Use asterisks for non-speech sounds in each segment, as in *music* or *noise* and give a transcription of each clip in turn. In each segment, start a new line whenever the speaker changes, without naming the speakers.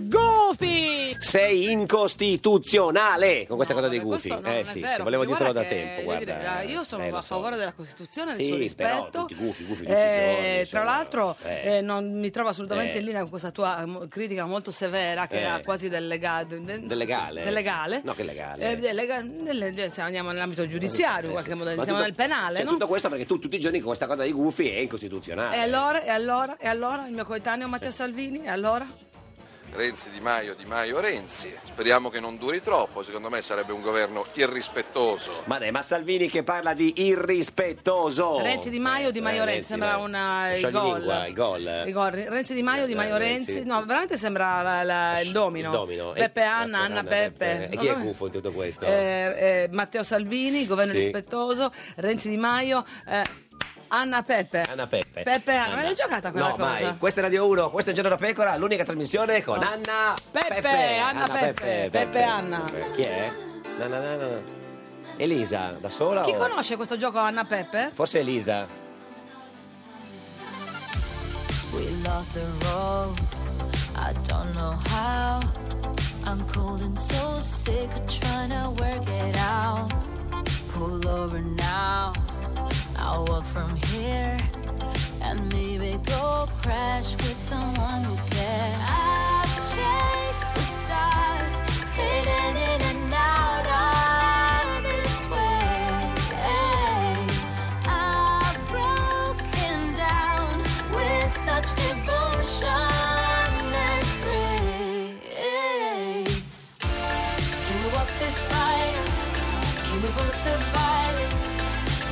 Goofy!
Sei incostituzionale con questa
No,
cosa dei
vabbè,
gufi.
questo no,
eh
non è
sì,
vero,
sì, volevo
perché
dirtelo da
guarda che,
tempo.
voglio
Guarda,
Eh, dire, ah, io sono
eh, lo
a
so.
favore della Costituzione, del
Sì,
suo
però
rispetto.
tutti gufi, gufi tutti i
Eh,
giorni,
tra
insomma,
l'altro
eh.
eh, non mi trovo assolutamente
Eh.
in linea con questa tua eh, mo- critica molto severa che
Eh.
era quasi del legale.
Del legale?
Del legale.
No, che legale. Eh,
Eh, del lega- del- del- se andiamo nell'ambito giudiziario, in qualche modo,
Ma
siamo
tutto-
nel penale,
cioè,
no? Eh,
tutto questo perché tu tutti i giorni con questa cosa dei gufi è
E
incostituzionale.
allora, e allora, e allora, il mio coetaneo Matteo Salvini, e allora?
Renzi, Di Maio, Di Maio, Renzi. Speriamo che non duri troppo, secondo me sarebbe un governo irrispettoso.
Ma dai, ma Salvini che parla di irrispettoso.
Renzi Di Maio, Di Maio
Oh, eh,
Renzi,
Renzi,
sembra
Maio.
una il
Sciogli
gol.
lingua, il gol.
Il gol. Renzi Di Maio, Di
Eh,
Maio
Renzi.
Renzi, no, veramente sembra la- la- il domino.
Il domino. Eh,
Peppe Anna, Anna Peppe.
E chi è
No, no.
gufo in tutto questo?
Eh, eh, Matteo Salvini, governo
Sì.
rispettoso, Renzi Di Maio, eh, Anna Peppe.
Anna Peppe.
Peppe Anna, non l'hai giocata quella
no,
cosa?
mai. Questa è Radio 1, questo è Giorno da Pecora, l'unica trasmissione con
No.
Anna
Peppe, Anna Peppe, Peppe Anna.
Chi è? Na, na, na, na. Elisa, da sola
Chi
o-
conosce questo gioco Anna Peppe?
Forse Elisa.
We lost the road. I don't know how. I'm cold and so sick of trying to work it out. Pull over now. I'll walk from here and maybe go crash with someone who cares. I've chased the stars, fading in and out on this way. I've broken down with such devotion and grace. Can we walk this fire? Can we both survive it?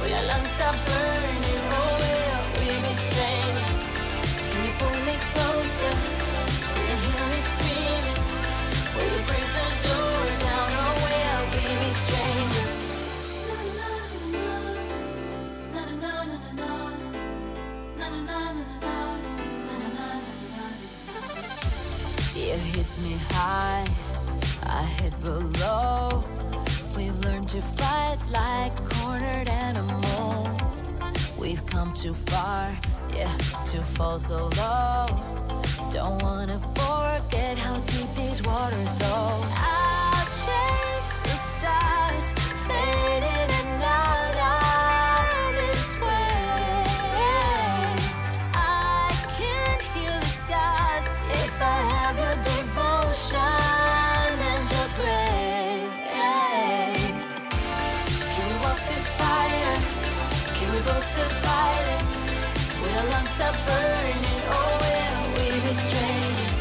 Will our lungs stop burning? Or will we be strangers? Can you pull me closer? Can you hear me screaming? Will you break the door down? Or will we be strangers? You hit me high, I hit below. We've learned to fight like cornered animals. We've come too far, yeah, to fall so low. Don't wanna forget how deep these waters go. I'll chase the stars, fading and out on this way. I can heal the skies if I have your devotion and your grace. Can we walk this fire? Can we both survive it? Will our lungs stop burning oh, or will we be strangers?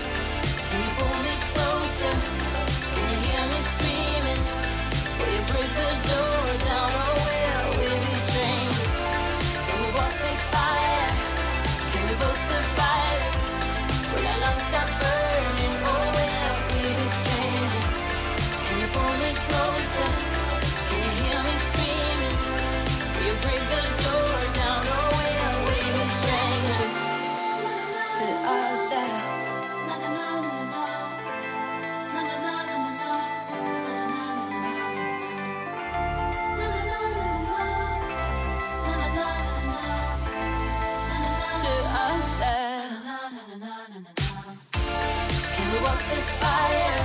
Can you pull me closer? Can you oh, Oh, oh, Oh, oh,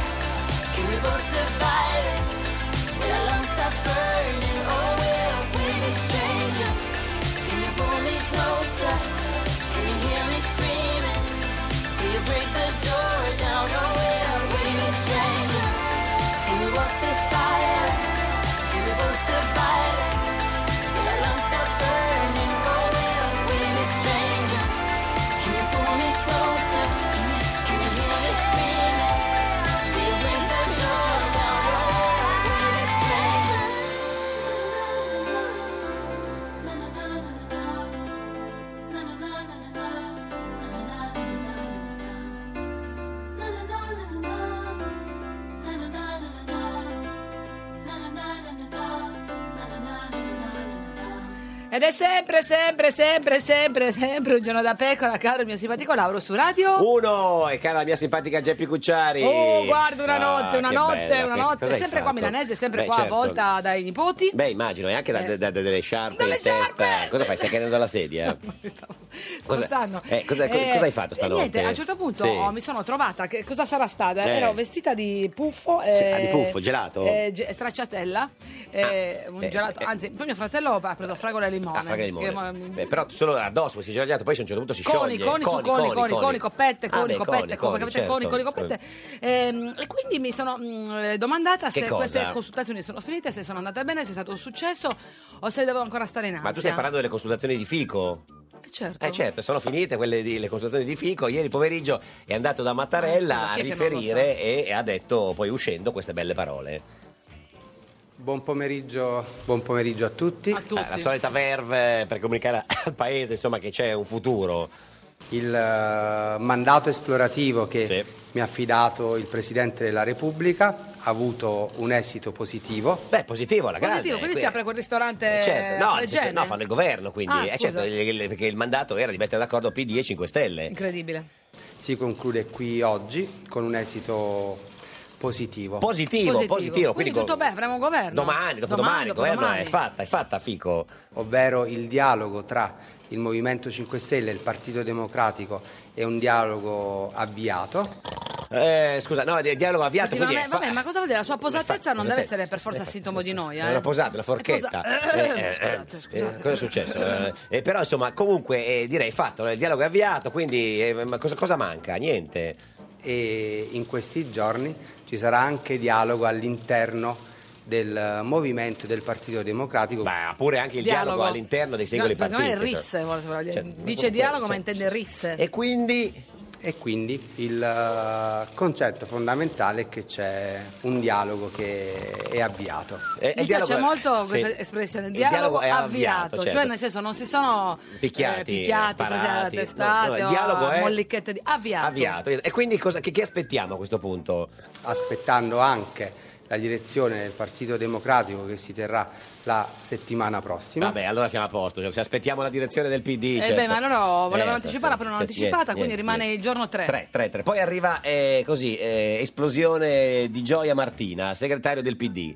Ed è sempre, sempre, sempre, sempre, sempre un giorno da pecora, caro il mio simpatico Lauro su radio.
Uno, e cara la mia simpatica Geppi Cucciari.
Oh, guarda, una notte,
Ah,
una
che
notte,
bella,
una
che-
notte.
cos'hai
Sempre qua a
fatto?
Milanese, sempre
Beh,
qua
certo.
a volta dai nipoti. Eh,
Beh, immagino, e anche da, da- da- dalle sciarpe
Dalle
in testa.
sciarpe!
Cosa fai? Stai cadendo dalla sedia?
Mi *laughs* stavo
Cosa-
spostando.
eh, cosa- co- cosa hai fatto stanotte?
Niente, a un certo punto
Sì.
oh, mi sono trovata. Che, cosa sarà stata?
Eh.
Ero vestita di puffo.
Sì, ah, di puffo, gelato?
eh, ge- stracciatella. eh, un
beh,
gelato.
eh.
Anzi, poi mio fratello ha preso fragola e limone.
Ah, fraga di limone.
che-
Beh, però solo addosso questo gelato, poi a un certo punto si
Coni,
scioglie.
coni, su coni, coni, coni, coppette,
Ah,
coni,
beh,
coppette, come capite,
certo. Eh.
coni, coni, coppette. Ehm, E quindi mi sono mm, eh, domandata
Che
se
cosa?
queste consultazioni sono finite, se sono andate bene, se è stato un successo o se devo ancora stare in ansia.
Ma tu stai parlando delle consultazioni di fico?
Eh, Certo.
Eh certo, sono finite quelle di, le consultazioni di Fico. Ieri pomeriggio è andato da Mattarella
Ma Ah,
a
scusa, chi è che non lo
riferire e, e ha detto, poi uscendo, queste belle parole.
Buon pomeriggio, buon pomeriggio a tutti.
A tutti.
Eh, la solita verve per comunicare al paese insomma che c'è un futuro.
Il eh, mandato esplorativo che
Sì.
mi ha affidato il Presidente della Repubblica ha avuto un esito positivo.
Beh, positivo la grande.
Positivo, quindi si
que-
apre quel ristorante
Eh, certo, no,
a
nel senso-
Fregene?
no, fanno il governo, quindi
Ah,
eh,
scusa.
certo, il- il- perché il mandato era di mettere d'accordo PD e 5 Stelle.
Incredibile.
Si conclude qui oggi con un esito positivo.
Positivo, positivo.
Positivo. Quindi tutto
con-
bene, avremo un governo.
Domani, dopodomani,
Domani,
il governo
dopodomani.
è fatta, è fatta Fico.
ovvero il dialogo tra il Movimento 5 Stelle e il Partito Democratico è un dialogo avviato.
Eh, scusa, no, di- dialogo avviato. quindi è
Effettivamente,
fa-
vabbè, ma cosa vuol dire? La sua posatezza
fa-
non deve
posatezza,
essere per forza
eh, fa-
sintomo
sì,
di
sì,
noia.
sì.
eh.
L'ho posata, la
È posa-
forchetta. Eh, eh,
Scusate,
eh,
scusate.
eh, cosa è successo? Eh, eh, però, insomma, comunque eh, direi fatto, il dialogo è avviato, quindi eh, ma cosa, cosa manca? Niente.
e in questi giorni ci sarà anche dialogo all'interno del movimento del Partito Democratico.
Ma pure anche il dialogo, all'interno dei singoli
Secondo me
partiti.
è risse,
cioè.
vuole- vuole dire.
Cioè,
dice
comunque,
dialogo, ma
sì,
intende risse.
E quindi
E quindi il eh, concetto fondamentale è che c'è un dialogo che è avviato.
eh,
Mi
il
piace
dialogo-
molto
sì.
questa espressione,
Il
dialogo,
è
avviato,
certo.
cioè nel senso non si sono eh,
picchiati,
picchiati
sparati,
presi alla
no,
testate,
no,
o
il dialogo
a
è
mollicchette di... avviato.
avviato. E quindi cosa, che, che aspettiamo a questo punto?
aspettando anche la direzione del Partito Democratico che si terrà la settimana prossima.
Vabbè, allora siamo a posto, cioè, se aspettiamo la direzione del PD.
Eh
certo.
beh, ma loro volevano
sì,
anticiparla,
sì,
però non
sì,
anticipata, quindi rimane il giorno tre.
3, 3, 3. Poi arriva eh, così, eh, esplosione di Gioia Martina, segretario del PD.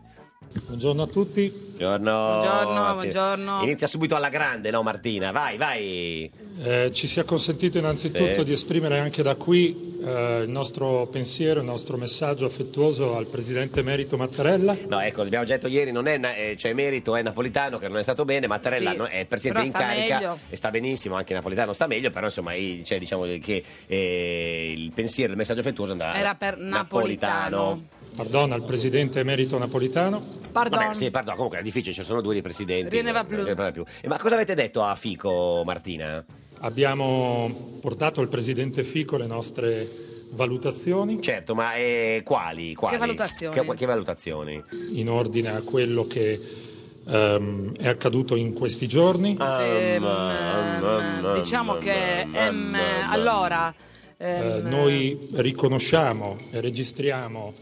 Buongiorno a tutti.
Buongiorno.
Buongiorno,
Martina.
buongiorno.
Inizia subito alla grande, no Martina? Vai, vai.
Eh, ci sia consentito innanzitutto
Sì.
di esprimere anche da qui eh, il nostro pensiero, il nostro messaggio affettuoso al Presidente Emerito Mattarella.
No, ecco, abbiamo già detto ieri, non è, na- eh, cioè merito è Napolitano che non è stato bene, Mattarella
Sì,
non- è il presidente
però
in
sta
carica
meglio.
e sta benissimo, anche Napolitano sta meglio, però insomma i- cioè, diciamo che eh, il pensiero, il messaggio affettuoso andava
Era per Napolitano.
Pardon al Presidente Emerito Napolitano.
Pardon.
Vabbè, sì, pardon, comunque è difficile, ci sono due di presidenti.
Riene va
non-
più.
non ne parla più. Eh, Ma cosa avete detto a Fico, Martina?
Abbiamo portato al Presidente Fico le nostre valutazioni
Certo, ma eh, quali, quali?
valutazioni?
Che, che valutazioni?
in ordine a quello che ehm, è accaduto in questi giorni.
Sì,
Um, um, um, um,
mm, diciamo
um,
che
um,
ehm,
um,
allora
Eh,
ehm,
noi riconosciamo e registriamo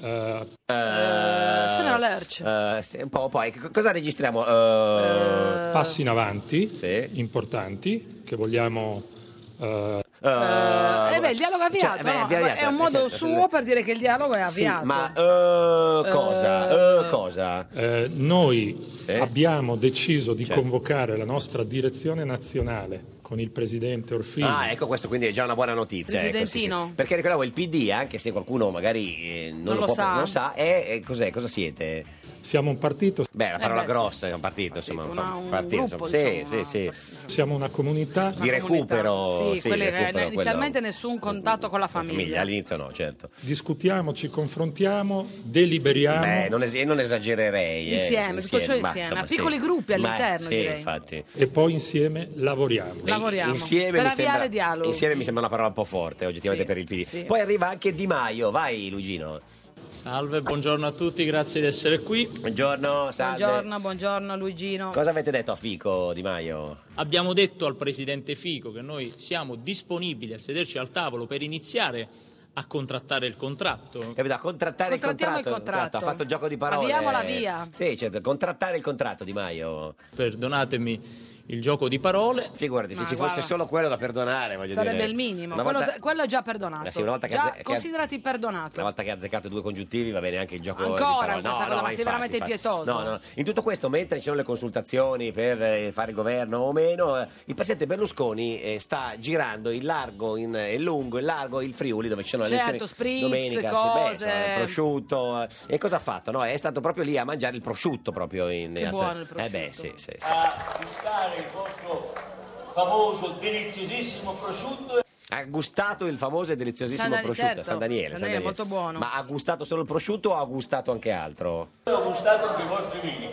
eh,
eh, Sembra Lerch.
Eh, sì, un po', poi, che cosa registriamo? Eh,
passi in avanti
Sì.
importanti che vogliamo eh,
eh,
eh beh, il dialogo è avviato,
cioè, beh,
no?
è avviato,
è un modo
certo.
suo per dire che il dialogo è
Sì,
avviato.
ma eh, cosa? Eh, cosa?
eh, noi abbiamo deciso di
Certo.
convocare la nostra direzione nazionale con il presidente Orfini
Ah, ecco, questo quindi è già una buona notizia. ecco, sì, sì.
Presidentino.
Perché ricordavo il PD, anche se qualcuno magari eh, non,
Non
lo,
lo
può-
sa.
non lo sa, è, è- cos'è? Cosa siete?
siamo un partito
Beh, è una parola
Eh, beh, sì.
grossa, è un partito, insomma,
Partito, una- un
partito,
gruppo,
insomma. Sì,
insomma.
sì, sì.
Una
siamo una comunità
Di
comunità.
recupero,
Sì,
sì,
quelli-
recupero, quello-
inizialmente nessun contatto con la
Con la
famiglia.
All'inizio no, certo.
discutiamo ci confrontiamo deliberiamo
Beh, non, es- e non esagererei. eh,
Insieme, tutto ciò
ma,
insieme,
insomma,
a piccoli
Ma-
gruppi all'interno,
Sì,
direi.
infatti.
e poi insieme lavoriamo
La- Lavoriamo.
Insieme
Per
mi
avviare
sembra,
dialoghi.
Insieme mi sembra una parola un po' forte, oggettivamente
Sì,
per il PD.
sì.
Poi arriva anche Di Maio, vai Lugino.
Salve, buongiorno a tutti, grazie di essere qui.
Buongiorno, salve.
Buongiorno, buongiorno Luigino.
Cosa avete detto a Fico Di Maio?
Abbiamo detto al presidente Fico che noi siamo disponibili a sederci al tavolo per iniziare a contrattare il contratto.
Capito? A contrattare il
Contrattiamo
contratto, Esatto,
il contratto.
Ha fatto il gioco di parole.
Avviamola via.
Sì, certo, contrattare il contratto Di Maio.
Perdonatemi il gioco di parole.
Figurati, se
Ma
ci fosse
guarda.
solo quello da perdoare, voglio
Sarebbe
dire.
il minimo.
Una
Quello,
volta,
quello è già perdonato.
Eh sì, una volta che
già
azze- che-
considerati
una
perdonato.
volta che ha azzeccato due congiuntivi va bene anche il gioco di
Ancora
parole.
questa cosa, ma
ma
sei veramente impietoso.
No, no. In tutto questo, mentre ci sono le consultazioni per eh, fare il governo o meno, eh, il presidente Berlusconi eh, sta girando in largo in- e lungo, in largo il Friuli dove ci sono le
Certo,
elezioni
spritz,
domenica,
cose.
Sì, beh, insomma, il prosciutto. eh. E cosa ha fatto? No, è stato proprio lì a mangiare il prosciutto proprio in
Che
a-
buono il
Eh beh,
prosciutto.
sì, sì, sì.
a gustare il vostro famoso deliziosissimo prosciutto
Ha gustato il famoso e deliziosissimo
San Daniele,
prosciutto,
certo.
San Daniele,
San Daniele, molto buono.
Ma ha gustato solo il prosciutto o ha gustato anche altro?
e ho gustato anche i vostri vini.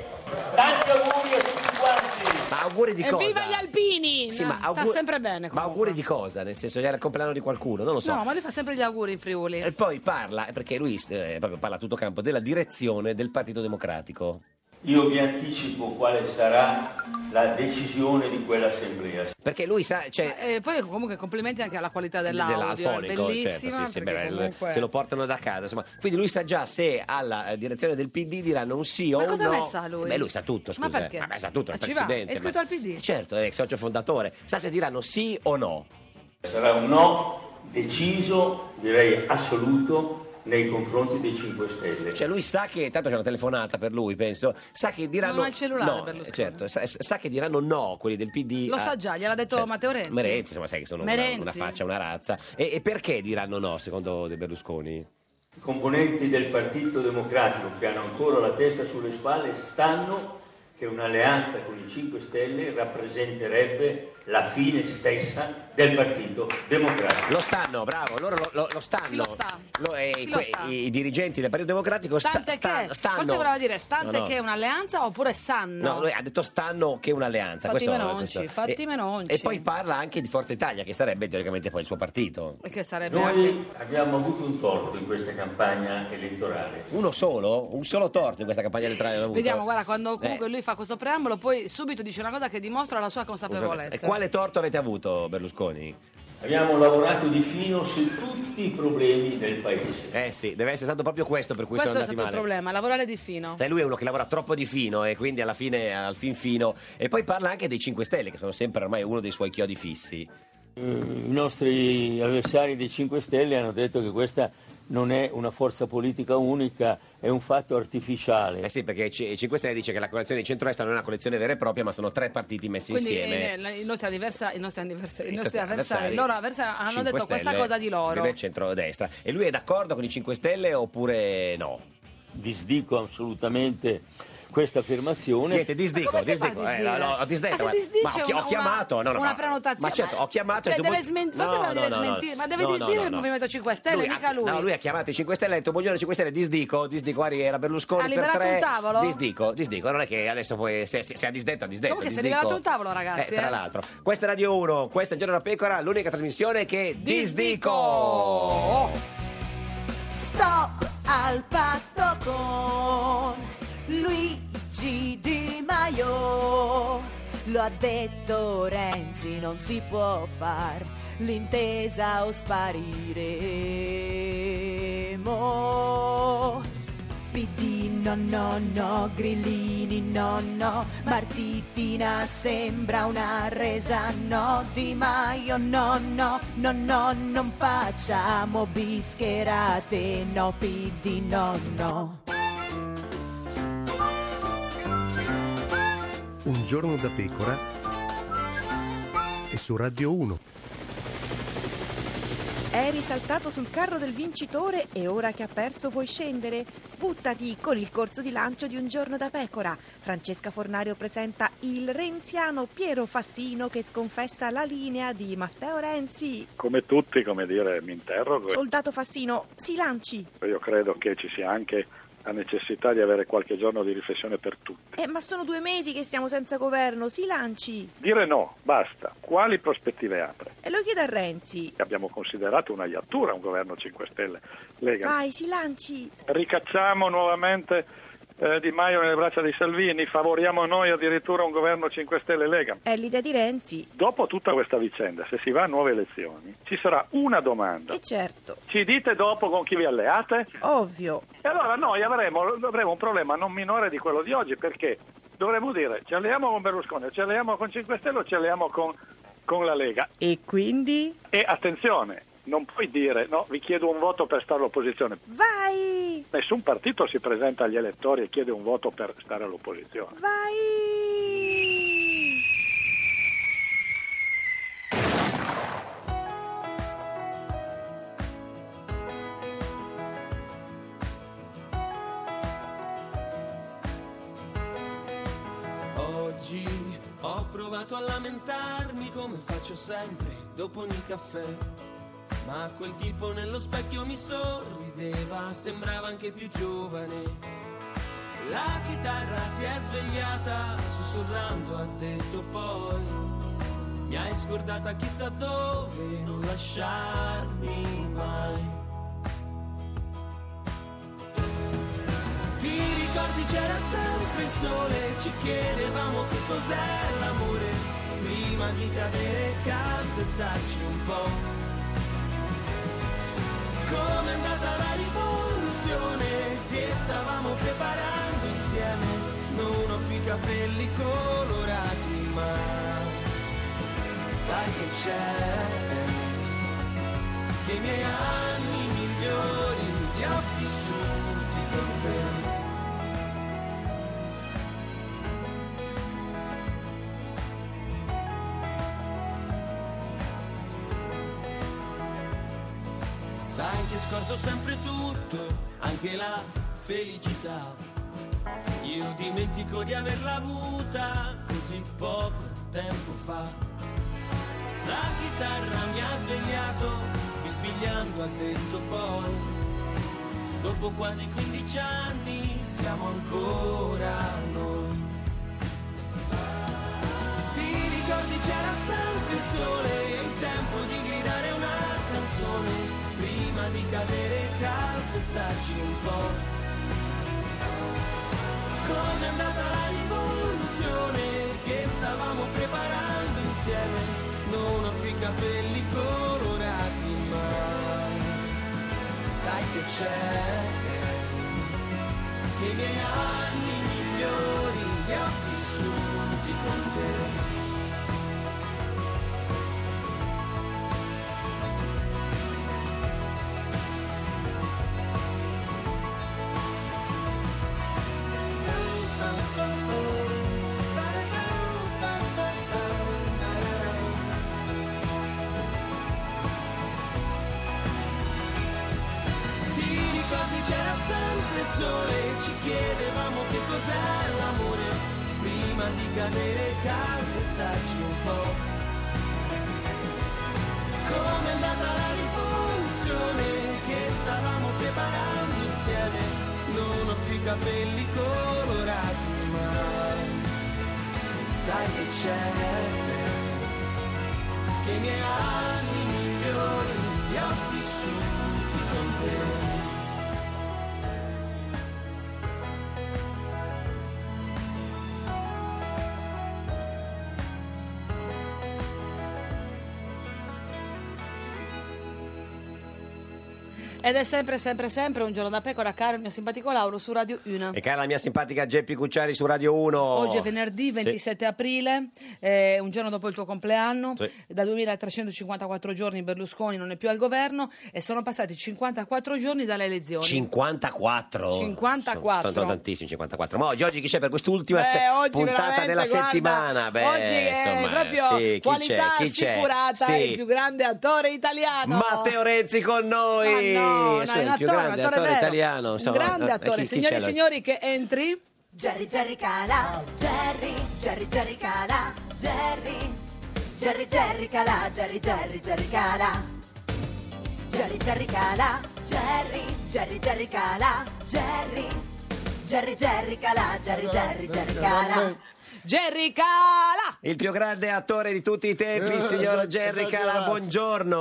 Tanti auguri a tutti quanti!
Ma auguri di cosa?
Evviva gli alpini!
Sì, ma
Sta
augur-
sempre
Ma
bene. comunque.
auguri di cosa? Nel senso, era il compleanno di qualcuno, non lo so. Eh.
No, ma lui fa sempre gli auguri in Friuli.
E poi parla, perché lui eh, proprio parla a tutto campo, della direzione del Partito Democratico.
Io vi anticipo quale sarà la decisione di quell'assemblea.
Perché lui sa, cioè,
E poi comunque complimenti anche alla qualità dell'audio, è
dell'alfonico,
bellissima.
certo, sì, sì,
perché
beh,
comunque-
se lo portano da casa, insomma. Quindi lui sa già se alla eh, direzione del PD diranno un sì o
Ma
un no.
cosa ne sa lui?
Beh, lui sa tutto, scusa.
Ma perché?
Vabbè, sa tutto, è il
Ma ci va?
presidente.
È iscritto
ma-
al PD?
Certo, è socio fondatore. Sa se diranno sì o no.
Sarà un no deciso, direi assoluto, nei confronti dei 5 Stelle.
Cioè lui sa che, tanto c'è una telefonata per lui, penso, sa che diranno...
Non ha il cellulare,
no,
Berlusconi.
Certo, sa, sa che diranno no quelli del PD.
Lo
a-
sa già, gliel'ha detto
Certo.
Matteo Renzi.
Ma Renzi, insomma, sai che sono una,
Merenzi?
una faccia, una razza. E, e perché diranno no, secondo De Berlusconi?
I componenti del Partito Democratico che hanno ancora la testa sulle spalle stanno che un'alleanza con i 5 Stelle rappresenterebbe la fine stessa del Partito Democratico.
Lo stanno, bravo, loro lo, lo- lo stanno.
Chi lo sta?
eh,
Chi lo sta?
I, i dirigenti del Partito Democratico sta-
Stante
sta-
che,
stanno.
forse voleva dire stante
No, no.
che è un'alleanza oppure sanno.
No, lui ha detto stanno che è un'alleanza.
Fatti
questo,
menonci,
questo.
fatti
e,
menonci.
E poi parla anche di Forza Italia, che sarebbe teoricamente poi il suo partito.
E Che sarebbe anche...
Noi abbiamo avuto un torto in questa campagna elettorale.
Uno solo? Un solo torto in questa campagna elettorale. l'ha avuto.
Vediamo, guarda, quando comunque
Eh.
lui fa questo preambolo, poi subito dice una cosa che dimostra la sua consapevolezza.
E quale torto avete avuto, Berlusconi?
Abbiamo lavorato di fino su tutti i problemi del Paese.
Eh sì, deve essere stato proprio questo per cui
Questo è
sono
stato
andati
il
male.
problema, lavorare di fino.
Sai, Cioè, lui è uno che lavora troppo di fino e quindi alla fine, al fin fino. E poi parla anche dei 5 Stelle, che sono sempre ormai uno dei suoi chiodi fissi.
Eh, I nostri avversari dei 5 Stelle hanno detto che questa non è una forza politica unica, è un fatto artificiale.
Eh sì, perché ci- i 5 Stelle dice che la coalizione di centrodestra non è una coalizione vera e propria, ma sono tre partiti messi
Quindi
insieme.
eh, la- i nostri, anniversa- i nostri anniversa- i
I
nostri
nostri
avversari, loro avversari hanno
5
detto questa
Stelle
cosa di loro.
Del centrodestra. E lui è d'accordo con i 5 Stelle oppure no?
Disdico assolutamente questa affermazione.
Niente, disdico,
Ma come si fa a
disdico. Eh,
disdire?
no, no, ho disdetto,
Ma se
guarda.
disdice
Ma ho, chi- ho
una- una-
chiamato, no, no,
una
ma-
prenotazione.
Ma certo, ho chiamato.
Cioè,
e tu-
deve smen- forse voleva dire smentire, ma deve disdire il Movimento 5 Stelle,
Lui ha-
mica lui.
No, lui ha chiamato i 5 Stelle e ha detto "Buongiorno 5 Stelle, disdico, disdico Ari era Berlusconi
Ha
per
liberato
tre".
un tavolo?
Disdico, disdico, non è che adesso poi se, se- se ha disdetto ha disdetto.
Comunque si è
disdico.
liberato un tavolo, ragazzi,
Eh, tra
eh.
l'altro. Questa è Radio 1, questa è Il Giorno della Pecora, l'unica trasmissione che
Disdico!
disdico.
Stop al patto con Luigi Di Maio. Lo ha detto Renzi, non si può far l'intesa o spariremo. PD no no no, grillini no no, Martitina sembra una resa no, Di Maio no no, no no, non facciamo bischerate no, PD no no.
Un giorno da pecora e su Radio 1.
Eri saltato sul carro del vincitore e ora che ha perso vuoi scendere? Buttati con il corso di lancio di Un giorno da pecora. Francesca Fornario presenta il renziano Piero Fassino che sconfessa la linea di Matteo Renzi.
Come tutti, come dire, mi interrogo.
Soldato Fassino, si lanci!
Io credo che ci sia anche la necessità di avere qualche giorno di riflessione per tutti.
Eh, ma sono due mesi che stiamo senza governo, si lanci!
Dire no, basta. Quali prospettive apre?
E lo chiede a Renzi.
Abbiamo considerato una iattura un governo 5 Stelle. Lega.
Vai, si lanci!
Ricacciamo nuovamente
eh, Di Maio nelle braccia di Salvini, favoriamo noi addirittura un governo 5 Stelle Lega.
È l'idea di Renzi.
Dopo tutta questa vicenda, se si va a nuove elezioni, ci sarà una domanda.
E certo,
Ci dite dopo con chi vi alleate?
ovvio.
E allora noi avremo, avremo un problema non minore di quello di oggi, perché dovremo dire ci alleiamo con Berlusconi, ci alleiamo con 5 Stelle o ci alleiamo con, con la Lega.
E quindi?
E attenzione, non puoi dire no, vi chiedo un voto per stare all'opposizione.
Vai!
Nessun partito si presenta agli elettori e chiede un voto per stare all'opposizione.
Oggi ho provato a lamentarmi come faccio sempre dopo ogni caffè. Ma quel tipo nello specchio mi sorrideva, sembrava anche più giovane. La chitarra si è svegliata, sussurrando ha detto poi. Mi hai scordata chissà dove, non lasciarmi mai. Ti ricordi c'era sempre il sole, ci chiedevamo che cos'è l'amore, prima di cadere e calpestarci un po'. Com'è andata la rivoluzione che stavamo preparando insieme, non ho più i capelli colorati ma sai che c'è, che i miei anni migliori li ho vissuti con te. Sai che scordo sempre tutto, anche la felicità. Io dimentico di averla avuta così poco tempo fa. La chitarra mi ha svegliato, mi svegliando ha detto poi. Dopo quasi 15 anni siamo ancora noi. Ti ricordi c'era sempre il sole, il tempo di gridare una canzone, prima di cadere e calpestarci un po'. Com'è andata la rivoluzione che stavamo preparando insieme, non ho più i capelli colorati ma sai che c'è, che i miei anni migliori li ho vissuti con te. Ti ricordi c'era sempre il sole, ci chiedevamo che cos'è l'amore, prima di cadere e calpestarci un po'. Com'è andata la rivoluzione che stavamo preparando insieme, non ho più i capelli colorati ma sai che c'è, che i miei anni migliori li ho vissuti con te.
Ed è sempre, sempre, sempre un giorno da pecora, caro il mio simpatico Lauro su Radio 1.
E oh, cara la mia simpatica Geppi Cucciari su Radio 1.
Oggi è venerdì 27 aprile, eh, un giorno dopo il tuo compleanno,
Sì.
da 2354 giorni Berlusconi non è più al governo e sono passati 54 giorni dalle elezioni.
54.
54.
Sono tantissimi 54. Ma oggi, oggi chi c'è per quest'ultima
Beh,
se-
oggi
puntata
veramente,
della
guarda,
settimana? Beh,
oggi è
insomma,
proprio
sì, chi
qualità
c'è? Chi c'è?
assicurata,
Sì.
il più grande attore italiano.
Matteo Renzi con noi.
Ma no, no,
Insomma,
è
il
un
più
attore,
grande
un attore
attore
vero.
italiano,
Un
insomma,
grande
eh,
attore,
chi- chi
signori e
c'è là?
signori che entri.
Jerry Jerry Cala, Jerry, Jerry Jerry Cala, Jerry, Jerry Jerry Cala, Jerry Jerry Jerry Cala. Jerry Jerry Cala, Jerry, Jerry Jerry Cala, Jerry, Jerry Jerry Cala, Jerry Jerry Jerry Cala.
Jerry Cala!
Il più grande attore di tutti i tempi,
Eh,
signor
esatto,
Jerry
esatto,
Calà,
esatto.
buongiorno.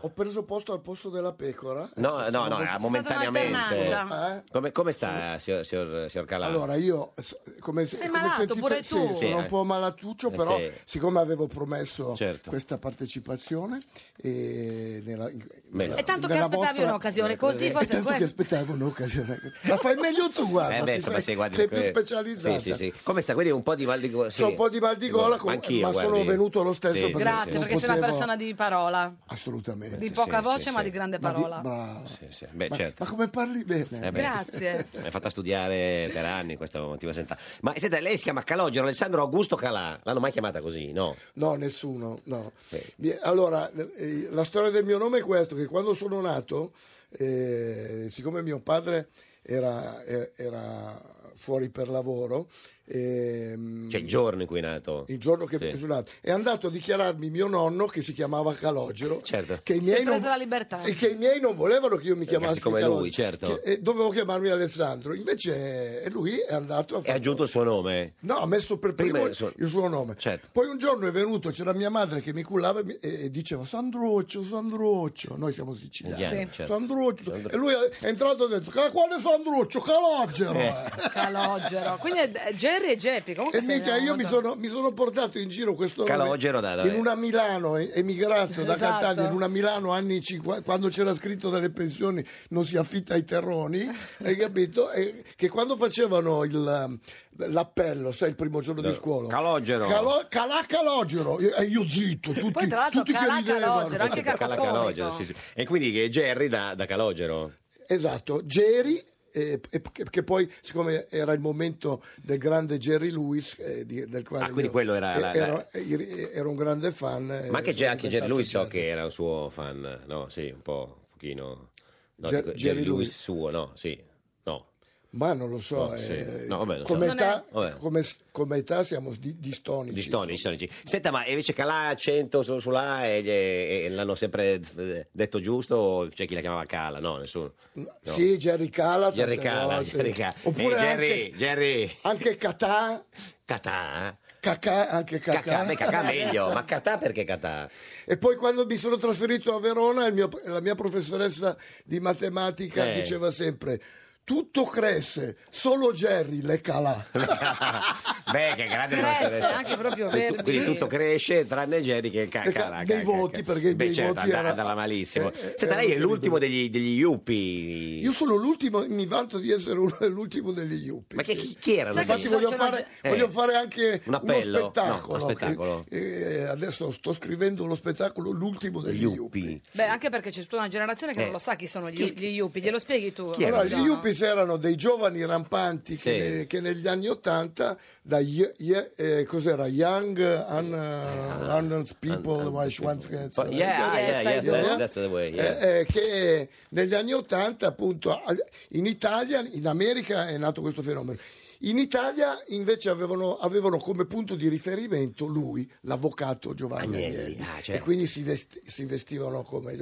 Ho preso posto al posto della pecora.
No, no, no,
C'è
momentaneamente.
Eh?
Come, come sta, signor, signor, signor Calà?
Allora io, s- come, se-
Sei
come
malato
sentite,
pure
sì,
tu.
sono
Sì, eh.
un po' malatuccio,
Eh,
però
sì.
siccome avevo promesso
Certo.
questa partecipazione e nella, in-
Bene.
E tanto che
nella
aspettavi
vostra-
un'occasione, così
e
forse
tanto
que-
che aspettavo un'occasione. La fai meglio tu, guarda.
Eh, beh,
ti
insomma,
sei,
sì, guardi,
sei più
que-
specializzata.
Sì, sì, sì. Come sta? Quindi un po' di mal di gola.
C'ho un po' di mal di gola, com- ma sono venuto lo stesso perché-
Grazie,
Non
perché sei una
potevo-
persona di parola.
Assolutamente.
Di poca
sì,
*laughs* voce,
sì,
ma
sì.
di grande
Ma di-
parola.
brava.
Beh,
ma,
certo.
ma come parli bene?
Eh beh.
Grazie.
Mi ha fatta studiare per anni questo motivo senta. Ma senta, lei si chiama Calogero Alessandro Augusto Calà. L'hanno mai chiamata così, no?
No, nessuno, no.
Eh.
Mi- Allora, eh, la storia del mio nome è questa, che quando sono nato, eh, siccome mio padre era, eh, era fuori per lavoro, ehm,
Cioè il giorno in cui è nato.
il giorno che
Sì.
sono nato, è andato a dichiararmi mio nonno che si chiamava Calogero,
Certo.
che i
Si è
miei non,
preso
*laughs*
la libertà.
e che i miei non volevano che io mi chiamassi
come
Calogero.
lui, certo.
Che- e dovevo chiamarmi Alessandro, invece eh, lui è andato a
E ha
fare...
aggiunto il suo nome.
No, ha messo per
Prima
primo
il suo-
il suo nome.
Certo.
Poi un giorno è venuto, c'era mia madre che mi cullava e, mi- e diceva Sandroccio, Sandroccio. Noi siamo siciliani.
Indiano, Sì. certo.
Sandroccio. E lui è entrato e ha detto, "Ca- quale Sandroccio? Calogero.
Eh.
eh."
Calogero. Quindi è Jerry e Geppi. Comunque
E
sei
mica
una
io mi
madonna.
sono, mi sono portato in giro questo nome
Calogero da- da-
in una Milano eh, emigrato da
Esatto.
Catania in una Milano anni 50 quando c'era scritto dalle pensioni non si affitta ai
*laughs*
terroni hai capito E che quando facevano il, eh, l'appello sai il primo giorno di scuola
Calogero.
Calo- calà Calogero e io zitto tutti,
Poi, tra l'altro,
tutti che
calà
ridevano
Calogero, anche
Calà
cacofonico.
Calogero, sì, sì. E quindi che è Jerry da, da Calogero.
Esatto, Jerry, eh, e che, che poi siccome era il momento del grande Jerry Lewis, eh, di- del quale
Ah, quindi
io,
quello era
eh,
la-
ero, eh, ero un grande fan. eh,
Ma anche,
sono
anche Jerry
diventato
Lewis so che era un suo fan, no? Sì, un po', un pochino. No,
Jer-
dico,
Jerry
Jerry Lewis
Lewis.
suo, no? Sì, no.
Ma non lo so,
Oh, sì.
eh,
No, vabbè, lo
come,
so.
età,
Non è- Vabbè.
come, come età siamo di, distonici.
Distonici, distonici. Senta, ma invece Calà accento su- sulla e, e- e l'hanno sempre eh, detto giusto o c'è chi la chiamava Cala? No, nessuno. No.
Sì, Jerry Cala. tante
Jerry Cala,
volte.
Jerry Cala.
Oppure
Eh, Jerry,
anche,
Jerry, eh?
anche Catà,
Catà.
Cacà, anche Cacà.
Cacà, beh, Cacà
*laughs*
meglio, ma Catà perché Catà?
E poi quando mi sono trasferito a Verona, il mio- la mia professoressa di matematica
Eh.
diceva sempre: tutto cresce, solo Jerry le calà.
Beh, che grande
Cresce,
professoressa.
anche proprio
Tu- tu-
Verdi.
Quindi tutto cresce tranne Jerry che ca-
Perché
Cala.
dei voti, perché
Beh,
dei
certo,
voti
andava,
era-
andava malissimo.
eh, eh,
Senta,
era
lei è
terribile.
l'ultimo degli, degli Yuppie.
Io sono l'ultimo, mi vanto di essere uno dell'ultimo degli Yuppie.
Ma che, chi, chi erano?
Sai che
questi?
Infatti
ci sono-
voglio
ce l'ho
fare,
già-
voglio
Eh.
fare anche
Un appello,
uno spettacolo.
no, uno spettacolo.
che- eh, adesso sto scrivendo lo spettacolo L'ultimo degli
Yuppie.
Yuppie.
Beh, anche perché c'è tutta una generazione che
Eh.
non lo sa chi sono gli,
Chi-
gli Yuppie. Glielo spieghi tu?
Chi
Allora,
erano?
Cosa
gli
sono?
Yuppies erano dei giovani rampanti che,
Sì.
ne- che negli anni Ottanta, da Ye- Ye- eh, cos'era? Young un, uh, London's People,
Un- un-
Wise Ones, eh,
Poi- yeah,
eh,
yeah,
Eh, Yes, I
yeah,
do.
that's- that's the way, yeah.
eh, eh, che negli anni Ottanta, appunto, al- in Italia, in America è nato questo fenomeno. In Italia invece avevano, avevano come punto di riferimento lui, l'avvocato Giovanni
Agnelli,
Agnelli.
ah,
E
certo.
quindi si, vesti- si vestivano come,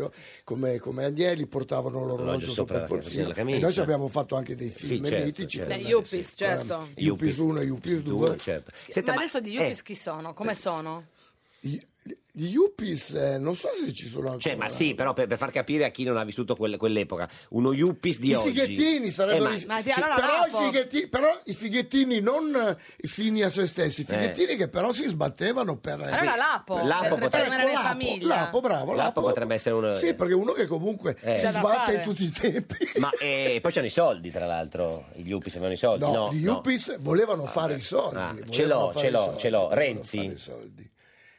come, come Agnelli, portavano l'orologio
L'orologio
sopra
sopra
il
la-
polsino.
la camicia.
E noi ci abbiamo fatto anche dei
Sì,
film
certo,
mitici.
certo.
come-
Beh, Yuppies, certo.
eh, Yuppies 1 e Yuppies 2.
certo. Senta,
ma adesso di Yuppies
eh,
chi sono? Come sono?
Gli gli Yuppies eh, non so se ci sono ancora.
Cioè, ma sì, però per, per far capire a chi non ha vissuto quel- quell'epoca, uno Yuppies di
I
oggi.
fighettini
Eh,
sarebbero
ma-
i-
Ma ti-
che-
allora,
però, i
Rapo.
fighetti- però i fighettini non eh, fini a se stessi, i fighettini che però si sbattevano per eh,
Allora Lapo,
Lapo
per
potrebbe-
rimanere in
Lapo,
famiglia.
Lapo, bravo.
Lapo potrebbe essere uno-
Sì, perché uno che comunque
Eh.
si
C'è da
sbatte
fare.
in tutti i tempi.
Ma eh, poi c'erano i soldi, tra l'altro. Gli Yuppies avevano i soldi. No,
No, gli
no.
Yuppies volevano fare i soldi.
Ah,
volevano
ce l'ho,
fare
ce
i
l'ho,
soldi,
ce l'ho.
volevano
Renzi?
fare i soldi.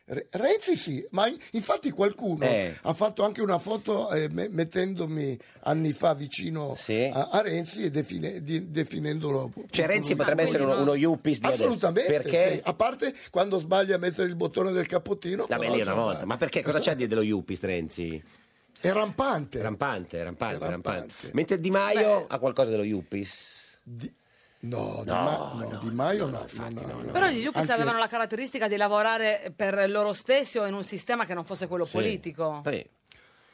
Re- Renzi sì, ma in- infatti qualcuno
Eh.
ha fatto anche una foto eh, me- mettendomi anni fa vicino
Sì.
a, a Renzi e define- di- definendolo...
Cioè Renzi potrebbe
Ah,
essere uno,
quindi no.
uno Yuppies di adesso.
Assolutamente,
Perché?
sì. a parte quando sbaglia a mettere il bottone del cappottino.
Vabbè,
però,
lì una
insomma,
volta. Ma perché cosa c'è di dello Yuppies Renzi?
È rampante.
Rampante, rampante,
È
rampante,
rampante.
Mentre Di Maio ha qualcosa dello Yuppies.
Di- No,
No,
Oh, di, Ma- no,
no,
Di Maio
no,
no.
infatti,
no,
no,
no,
no.
Però gli Yuppies
Anche-
avevano la caratteristica di lavorare per loro stessi o in un sistema che non fosse quello
Sì.
politico.
Sì.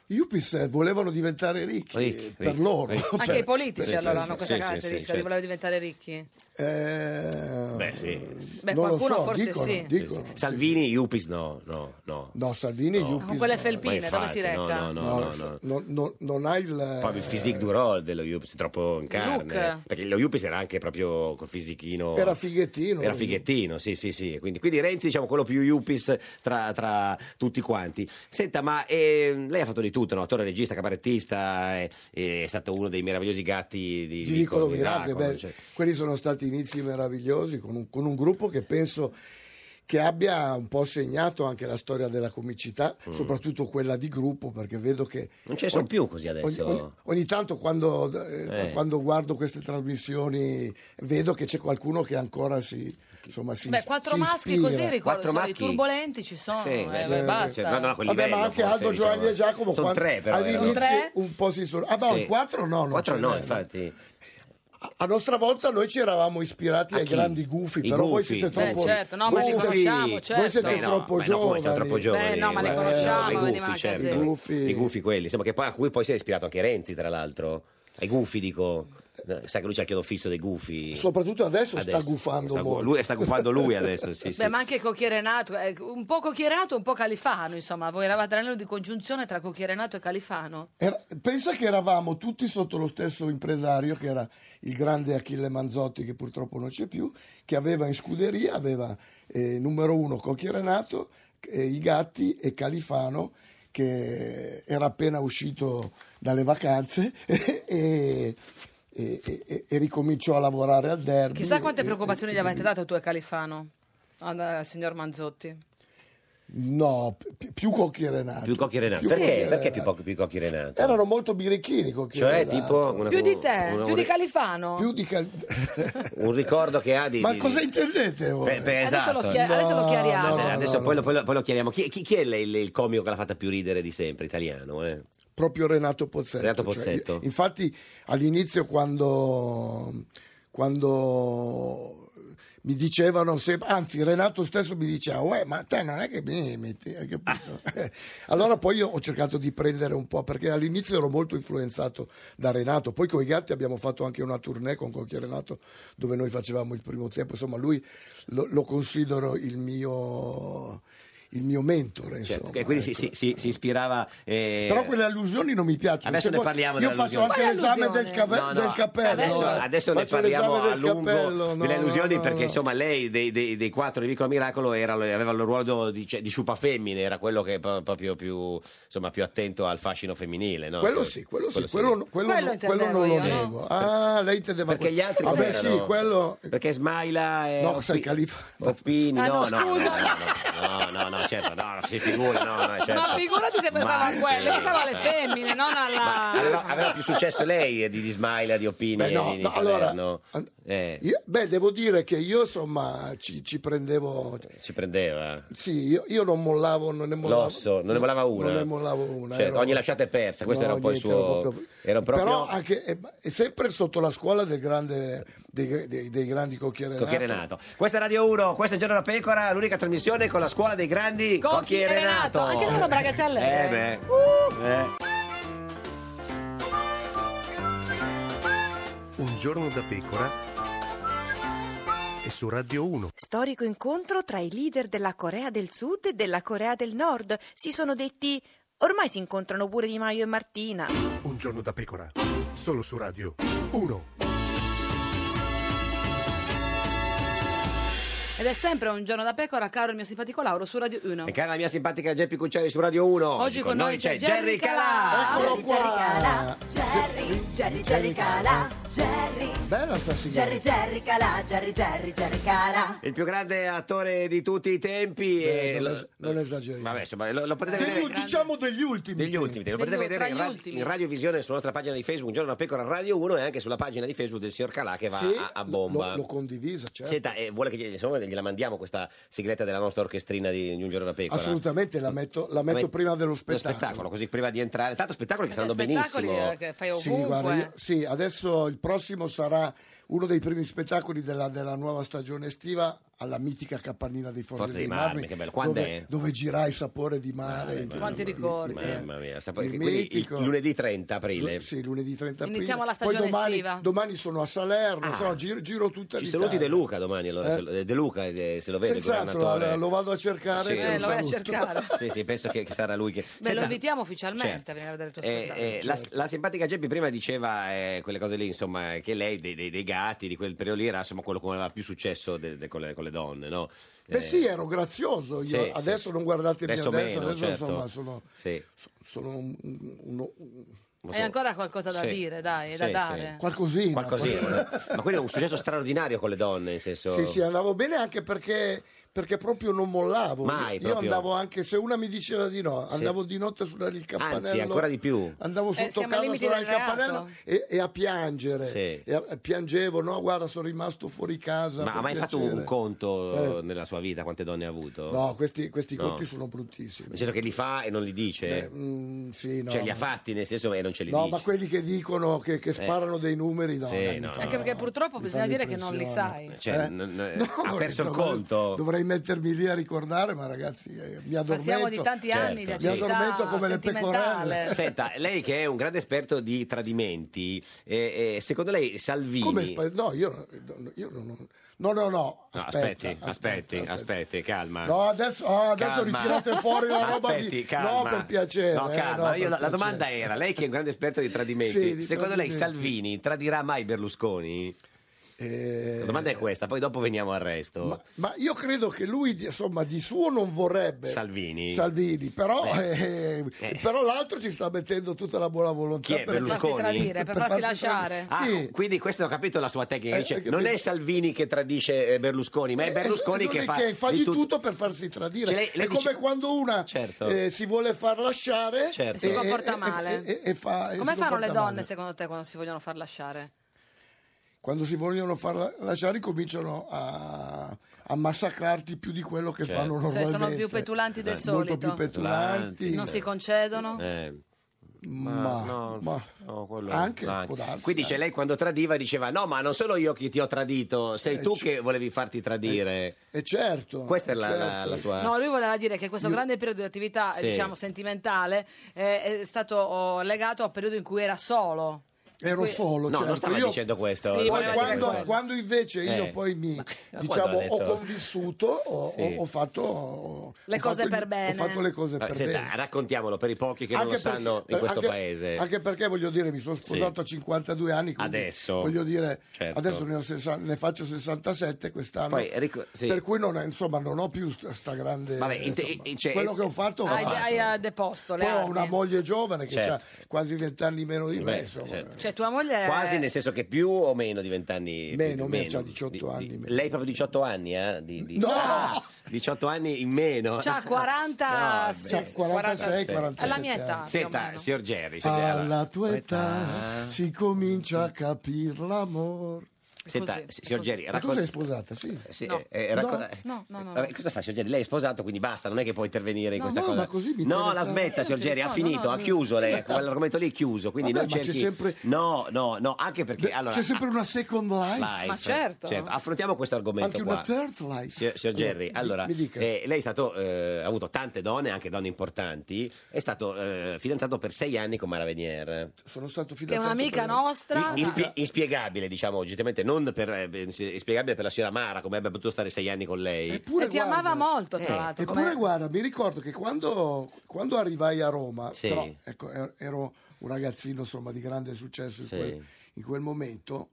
I Yuppies eh, volevano diventare ricchi, eh, per
ricchi,
loro.
ricchi.
Anche
*laughs* Per-
i politici
per-
allora
sì,
hanno
sì,
questa
sì,
caratteristica
sì,
di
sì.
voler diventare ricchi.
Eh,
Beh, sì.
Beh,
non lo
qualcuno
so,
forse
dicono,
sì.
dicono.
Salvini, Iupis, no, no, no.
No, Salvini,
No.
Yuppies,
Con quelle
no.
felpine,
Ma
dove si
infatti, no,
reca?
no, no.
No, non- non- non hai il...
Proprio il physique du roll dello Yuppies, troppo in carne.
look.
Perché lo Yuppies era anche proprio col fisichino.
Era fighettino.
Era fighettino, sì, sì, sì. Quindi, quindi Renzi, diciamo, quello più Yuppies tra, tra tutti quanti. Senta, ma ehm, lei ha fatto di tutto, no? Attore, regista, cabarettista, eh, eh, è stato uno dei meravigliosi gatti di,
Ti dicono miracoli,
Miracolo,
beh,
cioè.
quelli sono stati inizi meravigliosi con un, con un gruppo che penso che abbia un po' segnato anche la storia della comicità,
Mm.
soprattutto quella di gruppo, perché vedo che...
Non ce ne sono
ogni-
più così adesso.
Ogni, ogni- ogni tanto quando, eh,
Eh.
quando guardo queste trasmissioni vedo che c'è qualcuno che ancora si... Insomma, si
Beh, quattro
si
maschi
ispira.
così ricordo, sono i turbulenti ci sono,
Sì,
eh,
beh,
beh,
sì,
basta.
sì, no, no, a quel
Vabbè,
livello,
ma anche
forse,
Aldo,
diciamo.
Giovanni e Giacomo
Sono
quando-
tre, però,
all'inizio
erano.
Tre?
un po' si sono... Ah, no,
Sì.
quattro no. non
Quattro
ce
no,
n'erano.
infatti.
A nostra volta noi ci eravamo ispirati
A
ai
chi?
grandi gufi,
I
però voi
gufi.
siete
Beh,
troppo
certo, no, ma li
Gufi,
conosciamo, certo.
Voi siete
Beh, no,
troppo
beh, no, come
giovani.
siamo troppo giovani.
no, ma le
Eh,
conosciamo, cioè.
i
veniva
gufi,
anche
certo.
a
I
te.
gufi. I gufi quelli, insomma, che poi, a cui poi si è ispirato anche Renzi, tra l'altro. Ai gufi, dico. Sai che lui c'ha il chiodo fisso dei gufi.
Soprattutto adesso, sta gufando
Sta gu-
molto.
Lui sta gufando lui adesso, sì, sì.
*laughs* Beh, ma anche Cocchiere Nato, eh, un po' Cocchiere Nato e un po' Califano, insomma, voi eravate l'anello di congiunzione tra Cocchiere Nato e Califano.
Era- pensa che eravamo tutti sotto lo stesso impresario che era il grande Achille Manzotti che purtroppo non c'è più, che aveva in scuderia, aveva eh, numero uno Cocchi Renato, eh, i gatti e Califano che era appena uscito dalle vacanze *laughs* e, e- e- e- e ricominciò a lavorare al derby.
Chissà quante
E-
preoccupazioni
e-
gli avete dato tu e Califano, al, al signor Manzotti.
No, pi- più Cocchi Renato.
Più cocchi Renato.
Più
Perché,
Cocchi
perché più, pochi- più cocchi Renato?
Erano molto birichini Cocchi
Cioè,
Renato.
tipo. una-
Più di te,
una-
più di Califano.
Più di Cal-
Un ricordo che ha di.
Ma
di-
cosa intendete voi?
Beh, beh,
Adesso lo
esatto.
schia- adesso lo chiariamo.
Ah, beh,
no,
adesso
no,
poi, lo, poi lo- poi lo chiariamo. Chi, chi- chi è il, il comico che l'ha fatta più ridere di sempre, italiano? eh?
proprio Renato Pozzetto.
Renato
Cioè,
Pozzetto.
infatti all'inizio quando, quando mi dicevano sempre, anzi Renato stesso mi diceva, uè ma te non è che mi metti, hai capito?
Ah.
allora poi io ho cercato di prendere un po', perché all'inizio ero molto influenzato da Renato, poi con i gatti abbiamo fatto anche una tournée con Cocchi Renato dove noi facevamo il primo tempo, insomma lui lo, lo considero il mio... Il mio mentore,
Certo,
insomma.
e quindi si,
ecco.
si- si- si ispirava. eh,
Però quelle allusioni non mi piacciono.
Adesso
Se
ne
vuoi-
parliamo
Cioè, Io
delle
faccio
allusioni.
anche
Quale
l'esame del,
allusione?
cave-
No, no,
del cappello.
Adesso,
guarda.
adesso ne
Faccio
parliamo
l'esame
a
del
lungo
cappello, no,
delle allusioni
no, no,
perché
no.
insomma lei dei, dei- dei quattro di Vicolo Miracolo era, aveva il ruolo di, cioè, di sciupa femmine, era quello che pro- proprio più, insomma, più attento al fascino femminile. no? Cioè,
Quello sì, quello sì,
Quello
*laughs* quello, no- quello
Quello
no- quello
intendevo
non lo
io, no?
nego. Ah, lei intendeva
Perché gli altri
Vabbè,
cos'erano?
sì, quello.
Perché Smaila e
No,
Oppi-
sai, Califa.
Oppini,
Ah,
no,
no,
no, no,
scusa.
no, no, no, no, certo, no, no, si figura, no, no, certo.
Ma figurati se pensavo
Ma
a quelle,
sì,
pensavo alle
eh.
femmine, non
Ma
alla...
aveva, aveva più successo lei eh, di, di Smaila, di Oppini
Beh, no,
e di, di
no, allora,
Salerno? Eh,
Io- beh, devo dire che io insomma ci, ci prendevo.
si prendeva.
Sì, io, io non mollavo, non ne mollavo.
L'osso, non ne volava una.
Non ne mollavo una.
Cioè,
ero-
ogni lasciata è persa, questo
No,
era un po' il
niente, ero
suo...
proprio-
Era proprio...
Però anche, è, è sempre sotto la scuola del grande, dei, dei- dei grandi cocchiere
Cocchi e Renato. Questa è Radio 1, questo è Il Giorno della Pecora, l'unica trasmissione con la scuola dei grandi
Cocchi
Cocchi e
e
Renato.
Renato. Anche loro bragatelle.
Eh beh. Eh.
Un giorno da pecora e su Radio 1.
Storico incontro tra i leader della Corea del Sud e della Corea del Nord. Si sono detti ormai si incontrano pure Di Maio e Martina.
Un giorno da pecora, solo su Radio 1.
Ed è sempre un giorno da pecora, caro il mio simpatico Lauro, su Radio 1.
E cara la mia simpatica Geppi Cucciari su Radio 1.
Oggi con noi c'è Jerry Calà.
Eccolo qua!
Jerry, Jerry, Jerry Cala, Jerry,
Bella sta sigla.
Jerry, Jerry Cala, Jerry, Jerry, Jerry Cala.
Il più grande attore di tutti i tempi. e
Eh, non,
lo,
es- non esageriamo.
vabbè, insomma, lo, lo potete
Degli
vedere.
ul- diciamo degli ultimi.
Degli ultimi, lo potete
Degli-
vedere
tra
in,
gli
ra-
ultimi.
in radiovisione sulla nostra pagina di Facebook, un giorno una pecora Radio 1 e anche sulla pagina di Facebook del signor Calà che va
Sì,
a, a
lo-
bomba.
L'ho, l'ho condivisa, certo.
Senta, eh, vuole che gli- insomma, gliela mandiamo questa segreta della nostra orchestrina di, di Un giorno da pecora?
Assolutamente, la metto, la metto
Vabbè,
prima dello
Lo
spettacolo.
spettacolo, così prima di entrare. Tanto spettacoli che stanno
spettacoli
benissimo.
eh, che fai
Sì,
ovunque.
guarda, io- sì, adesso il prossimo sarà uno dei primi spettacoli della, della nuova stagione estiva alla mitica capannina dei Forti
Forte
dei,
dei
Marmi,
Marmi, che bello. Quando
dove,
è?
dove girai sapore di mare.
Mamma
Quanti
mia.
ricordi?
Mamma mia, sta-
Il
quindi il
mitico.
lunedì 30 aprile.
Sì, lunedì 30 aprile.
Iniziamo la
Poi
stagione
domani,
estiva.
domani sono a Salerno,
Ah.
insomma, giro, giro tutta
Ci
l'Italia.
saluti De Luca domani, allora,
Eh?
se lo- eh, De Luca eh, se lo vede il
Senz'altro,
governatore.
la- lo vado a cercare.
Sì.
e te
Eh, lo vai a
saluto.
cercare.
Sì, sì, penso che, che sarà lui che...
Beh, lo
Senta,
invitiamo ufficialmente
Certo.
a venire a vedere il tuo
eh,
spettacolo.
eh, la, la simpatica Geppi prima diceva eh, quelle cose lì, insomma, che lei dei, dei- dei gatti di quel periodo lì era insomma, quello che aveva più successo de- de- con, le, con le donne, no?
Beh
Eh,
sì, ero grazioso. Io.
Sì,
adesso
sì, sì.
non guardatemi
Adesso
adesso, adesso,
meno, certo.
insomma, sono,
sì.
sono un- un- uno- un-
Hai ancora qualcosa da
Sì.
dire, dai,
Sì,
da
sì.
dare.
qualcosina.
Qualcosina, no? ma quello è un successo straordinario con le donne, nel senso...
Sì, sì, andavo bene anche perché, perché proprio non mollavo.
Mai,
Io
proprio.
andavo anche, se una mi diceva di no, andavo di notte a suonare il campanello.
Anzi, ancora di più.
Andavo
Eh,
sotto
siamo ai
casa a
limiti
suonare il
del
campanello
reato.
e, e a piangere.
Sì.
E a- piangevo, no, guarda, sono rimasto fuori casa.
Ma
per
ha mai fatto
piacere.
un conto
Eh.
nella sua vita? Quante donne ha avuto?
No, questi, questi
No.
conti sono bruttissimi.
Nel senso che li fa e non li dice?
Mm, sì, no.
cioè li ha fatti nel senso e non ce li
No,
dice?
ma quelli che dicono che, che sparano dei numeri, no.
Sì,
dai, mi
no,
fa-
Anche perché purtroppo
Mi
bisogna
fa
dire che non li sai.
l'impressione.
Cioè,
Eh?
n- n-
*laughs* No,
ha perso il
dovrei-
conto.
Dovrei mettermi lì a ricordare, ma ragazzi, eh, mi addormento. Cioè,
Passiamo di tanti anni
Certo,
di
sì.
attività
Mi addormento come le
sentimentale.
pecorelle.
Senta, lei che è un grande esperto di tradimenti, eh, eh, secondo lei Salvini...
Come spa- no, io, io non... No, no, no,
No,
aspetta.
aspetti, aspetti, aspetti, calma.
No, adesso, ah, adesso
Calma.
ritirate fuori
*laughs*
la roba
Aspetti,
di...
calma.
No, per piacere.
No,
eh,
calma.
no,
Io
per
la, la
piacere.
domanda era: lei che è un grande esperto di tradimenti,
Sì, di
secondo lei
tradimenti.
Salvini tradirà mai Berlusconi?
Eh,
La domanda è questa, poi dopo veniamo al resto.
Ma io credo che lui, di- insomma, di suo non vorrebbe...
Salvini.
eh, Salvini, però, eh,
Eh.
però l'altro ci sta mettendo tutta la buona volontà
Chi è Berlusconi?
farsi tradire, per farsi lasciare.
Ah,
Sì.
quindi questo ho capito la sua tecnica.
Eh,
dice,
hai capito.
non è Salvini che tradisce eh, Berlusconi, ma è Berlusconi
Eh,
che fa,
di
tut-
tutto, per farsi tradire.
Cioè, lei- lei
è
dice-
come quando una
Certo.
eh, si vuole far lasciare
Certo.
Si comporta male.
e- e fa- e
Come
Ah, eh, si
fanno le
comporta
donne
male.
secondo te quando si vogliono far lasciare?
Quando si vogliono far la- lasciare cominciano a, a massacrarti più di quello che
Certo.
fanno
Cioè,
Cioè,
normalmente. Eh,
sono più petulanti del
Molto
solito.
più petulanti.
Non si concedono?
Eh,
ma,
no,
ma-
no, quello-
anche,
no,
può darsi,
Quindi
eh.
dice, lei quando tradiva diceva: No, ma non sono io che ti ho tradito, sei
Eh,
tu
c-
che volevi farti tradire.
E certo.
Questa è la,
certo.
la- la sua.
No, lui voleva dire che questo
Io-
grande periodo di attività, eh,
eh. Sì.
diciamo, sentimentale eh, è stato oh, legato al periodo in cui era solo.
Ero
Qui-
solo,
No, non
certo.
stava
Io-
dicendo questo.
Sì,
non
poi
ha
Poi
detto
quando,
questo.
quando invece io
Eh.
poi mi
quando
diciamo
ha detto-
ho convissuto, ho,
Sì.
ho- ho fatto ho-
Le
ho
cose
fatto il-
per bene.
Ho fatto le cose
Vabbè,
per
Eh, senta,
bene.
raccontiamolo per i pochi che non lo
Anche
sanno
perché-
in questo
anche-
paese.
Anche perché voglio dire, mi sono sposato
Sì.
a 52 anni, quindi
Adesso.
voglio dire,
Certo.
adesso ne, ho 60 ne faccio 67 quest'anno.
Poi, Enrico, sì.
Per cui non, è- insomma, non ho più st- sta grande
Vabbè, in te-
insomma,
in- cioè-
quello che ho fatto va
Hai,
fatto.
hai, eh, deposto le
Poi ho
armi.
una moglie giovane che
eh. Certo.
ha quasi 20 anni meno di me,
Beh,
insomma.
certo.
Cioè, tua moglie è-
Quasi nel senso che più o meno di vent'anni?
Meno,
più-
me c'ha 18
Di-
anni
di-
meno.
Lei proprio 18 anni, eh? Di, di-
No!
Ah, 18 anni in meno.
*laughs* C'ha 40...
No,
sì,
C'ha 46, 47
È la mia età. più o
Senta,
meno.
signor Jerry, signor Jerry, allora,
Alla tua età si comincia a capire l'amore.
Senta,
È così,
signor
è
Jerry,
Ma tu
raccon-
sei sposata, sì.
sì,
No.
eh, raccon-
No, no, no,
Vabbè,
no.
cosa fa, signor Jerry? Lei è sposato, quindi basta, non è che può intervenire in
Ah, No,
questa
no,
cosa.
ma così mi
no, la
interessa-
smetta,
Eh,
signor
ti
Jerry, ha
rispondo,
finito,
no,
ha
no.
chiuso lei, ecco,
*laughs*
quell'argomento lì è chiuso, quindi
Vabbè,
non
ma c'è
cerchi-
sempre-
No, no, no, anche perché... allora, ah,
C'è sempre una second life.
Life.
Ma certo.
Affrontiamo questo argomento
Anche
qua.
una third life.
Signor, signor Gerry, allora,
mi, mi dica.
eh, lei è stato, eh, ha avuto tante donne, anche donne importanti, è stato eh, fidanzato per sei anni con Mara Venier.
sono stato
Che è
fidanzato
un'amica
per-
nostra...
I- ispie- inspiegabile, diciamo, giustamente, non per, eh, inspiegabile per la signora Mara, come ebbe potuto stare sei anni con lei.
Eppure,
e ti
guarda,
amava molto, tra
Eh,
l'altro.
Eppure,
come-
guarda, mi ricordo che quando, quando arrivai a Roma,
Sì.
però, ecco, er- ero un ragazzino insomma, di grande successo in,
Sì.
quel, in quel momento.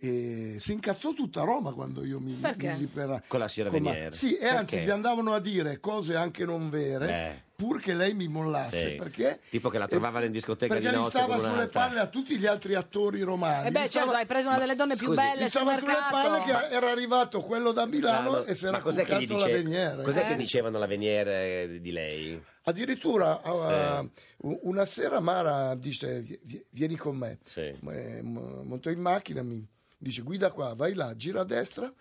E si incazzò tutta Roma quando io mi
Perché?
misi per
Con la signora
Ma-
Venier.
Sì, e anzi
Perché?
gli andavano a dire cose anche non vere,
Beh.
pur che lei mi mollasse.
Sì.
Perché?
Tipo che eh, la trovavano in discoteca
perché
di
gli
notte
stava
con
sulle
un'altra.
palle a tutti gli altri attori romani.
Eh beh,
Gli stava-
certo, hai preso una delle donne più
scusi,
belle
gli
sul
stava sulle palle
mercato.
che era arrivato quello da Milano e si era
ma cos'è che gli
cuccato la
dice-
Veniere.
Cos'è
Eh?
che dicevano la Venier di lei?
Addirittura uh, u- una sera Mara dice "Vi- vi- vieni con me,
Sì.
M- eh, m- montò in macchina, mi dice guida qua, vai là, gira a destra,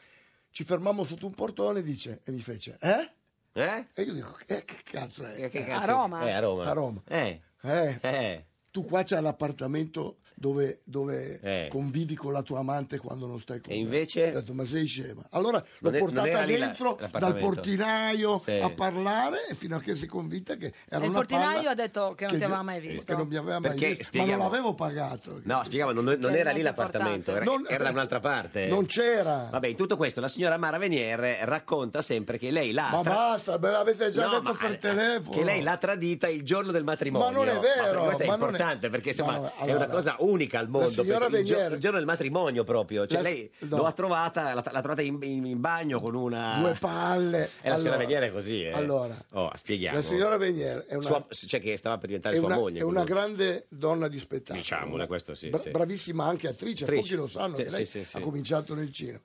ci fermiamo sotto un portone dice, e mi fece eh?
Eh?
E io dico eh, che cazzo è?
Che- che
A
cazzo-
Roma?
Eh, a Roma.
A Roma.
Eh.
Eh,
Eh.
tu qua c'hai l'appartamento dove, dove
Eh.
convivi con la tua amante quando non stai con
E
me.
invece?
Ho detto, ma sei scema. Allora l'ho
Non è- non
portata
era lì la-
dentro dal
l'appartamento.
portinaio
Sì.
a parlare e fino a che si è convinta che era
il
una
portinaio
palla
ha detto che non ti
io-
aveva mai
Che non
visto.
mi aveva mai
Perché,
visto.
spieghiamo-
Ma non l'avevo pagato.
No, spiegavo, non, non
Che
era lì
è molto
l'appartamento, era,
importante. Non-
era da un'altra parte.
Non c'era.
Vabbè, in tutto questo la signora Mara Venier racconta sempre che lei l'ha
Ma
Ah, tra-
basta, me l'avete già
No,
detto
ma- eh,
per telefono.
che lei l'ha tradita il giorno del matrimonio.
Ma non è vero,
questo è
ma non è-
importante perché insomma,
Ma no,
è
allora,
una cosa unica al mondo.
signora
penso, il, gio-
Venier-
il giorno del matrimonio proprio. Cioè
La-
lei
no.
lo ha trovata, l'ha, l'ha trovata in, in- in bagno con una...
Due palle.
E la signora
Allora,
Venier è così. eh.
allora,
Oh, spieghiamo.
la signora Venier è una-
Sua- cioè che stava per diventare
è
sua
una,
moglie.
è una
quindi-
grande donna di spettacolo.
Diciamole, questo sì,
Bra-
sì.
Bravissima anche attrice,
Attrice.
pochi lo sanno
Sì,
che lei
sì, sì, sì. Mm.
ha cominciato nel cinema.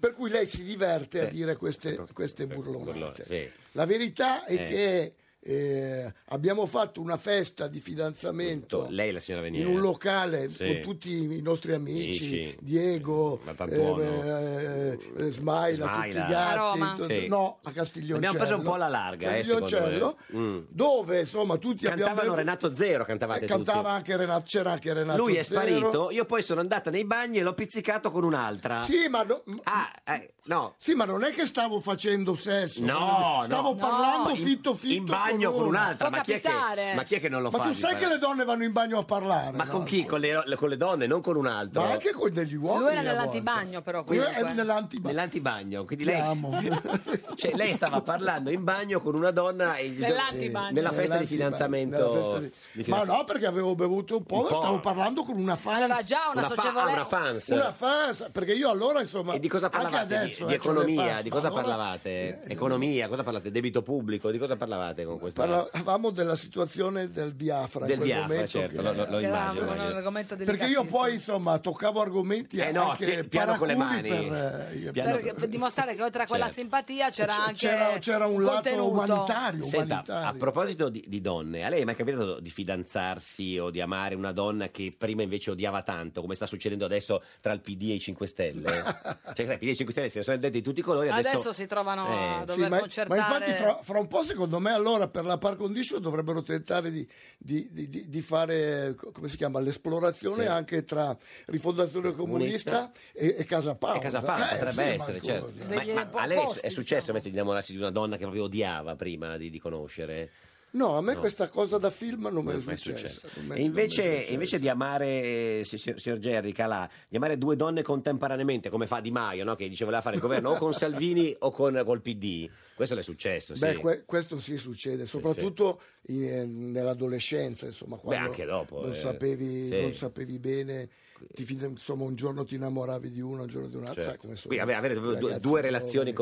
Per cui lei si diverte a
Eh, ecco,
dire queste, queste burlonate.
Burlone, sì.
La verità è
Eh.
che eh, abbiamo fatto una festa di fidanzamento
Lei, la signora Venier.
in un locale
Sì.
con tutti i nostri amici,
Amici.
Diego,
Martantuono.
eh, eh, Smaila, tutti
Smaila.
gli altri,
A Roma.
to-
Sì.
no, a Castiglioncello.
Abbiamo preso un po' alla larga, eh, secondo
Castiglioncello,
me. Mm.
dove insomma tutti abbiamo...
Cantavano Renato Zero, cantavate
Eh,
tutti.
cantava anche Renato, c'era anche Renato
Lui è
Zero.
sparito, io poi sono andata nei bagni e l'ho pizzicato con un'altra.
Sì ma, no-
Ah, eh, no.
sì, ma non è che stavo facendo sesso.
No, no.
stavo
No.
parlando
In-
fitto fitto.
in bagno con
una.
un'altra, Può ma chi è che- capitare. ma chi è che non lo fa
Ma tu
di
sai
parlare?
che le donne vanno in bagno a parlare?
Ma
no?
con chi? Con le, con le donne, non con un altro.
Ma anche con degli uomini.
Lui era
a
nell'antibagno, però.
volte. Io-
Comunque.
è nell'antibagno.
Nell'antibagno, quindi
Ti
lei,
amo.
*laughs* cioè, lei stava parlando in bagno con una donna e gli-
Nell'antibagno.
nella festa di
Nell'antibagno, nella
fidanzamento.
festa di- Ma no, perché avevo bevuto un po',
Un po'.
stavo parlando con una fan.
Aveva già una Una fa- socievole- ah,
una fans.
Una fans, perché io allora insomma...
E di cosa
anche
parlavate? Di-
adesso,
di
eh, c'ho le
economia,
fans,
di
ma
cosa
allora
parlavate?
Eh,
Economia, cosa parlate? Debito pubblico, di cosa parlavate con questa?
Parlavamo della situazione del Biafra. in
del
quel
Biafra,
momento
certo,
che-
lo, lo- lo
Era
immagino.
un
immagino.
argomento
Perché io poi insomma toccavo argomenti
Eh no,
anche
ti- piano con le
paraculi
mani.
per, eh, io-
Piano-
per, per dimostrare che oltre a quella
Certo.
simpatia c'era
C'era-
anche
c'era- c'era un lato
contenuto.
umanitario.
Senta, a
umanitario.
proposito di, di donne, a lei è mai capitato di fidanzarsi o di amare una donna che prima invece odiava tanto, come sta succedendo adesso tra il PD e i 5 Stelle?
*laughs*
cioè, sai, PD e i 5 Stelle se ne sono andati di tutti i colori, adesso...
Adesso si trovano a
Eh,
dover
Sì, ma,
concertare.
ma infatti fra, fra un po' secondo me allora per la par condition dovrebbero tentare di, di- di- di- di fare eh, co- come si chiama l'esplorazione
Sì.
anche tra rifondazione comunista, e, e Casa Paola.
E Casa Paola
Eh,
potrebbe
sì, ma
essere,
scusa.
certo. Ma, ma- ma a lei è successo invece di innamorarsi di una donna che proprio odiava prima di, di conoscere?
No, a me
No.
questa cosa da film non me
Non
è
è mai
successa.
successo.
Non me-
E
non me è
invece,
successo.
invece di amare, eh, si- si- signor Gerry Calà, di amare due donne contemporaneamente, come fa Di Maio, no? che dice voleva fare il governo o con Salvini o con col PD, questo le è successo. Certo, Sì.
Beh, que- questo sì succede, soprattutto in- eh, nell'adolescenza, insomma, quando
anche dopo,
non,
eh,
sapevi,
sì.
non sapevi bene, ti fin- insomma, un giorno ti innamoravi di uno, un giorno di un altro,
Certo.
sai come sono.
Quindi ave- avere proprio
i
due,
ragazzi
due
giovani.
relazioni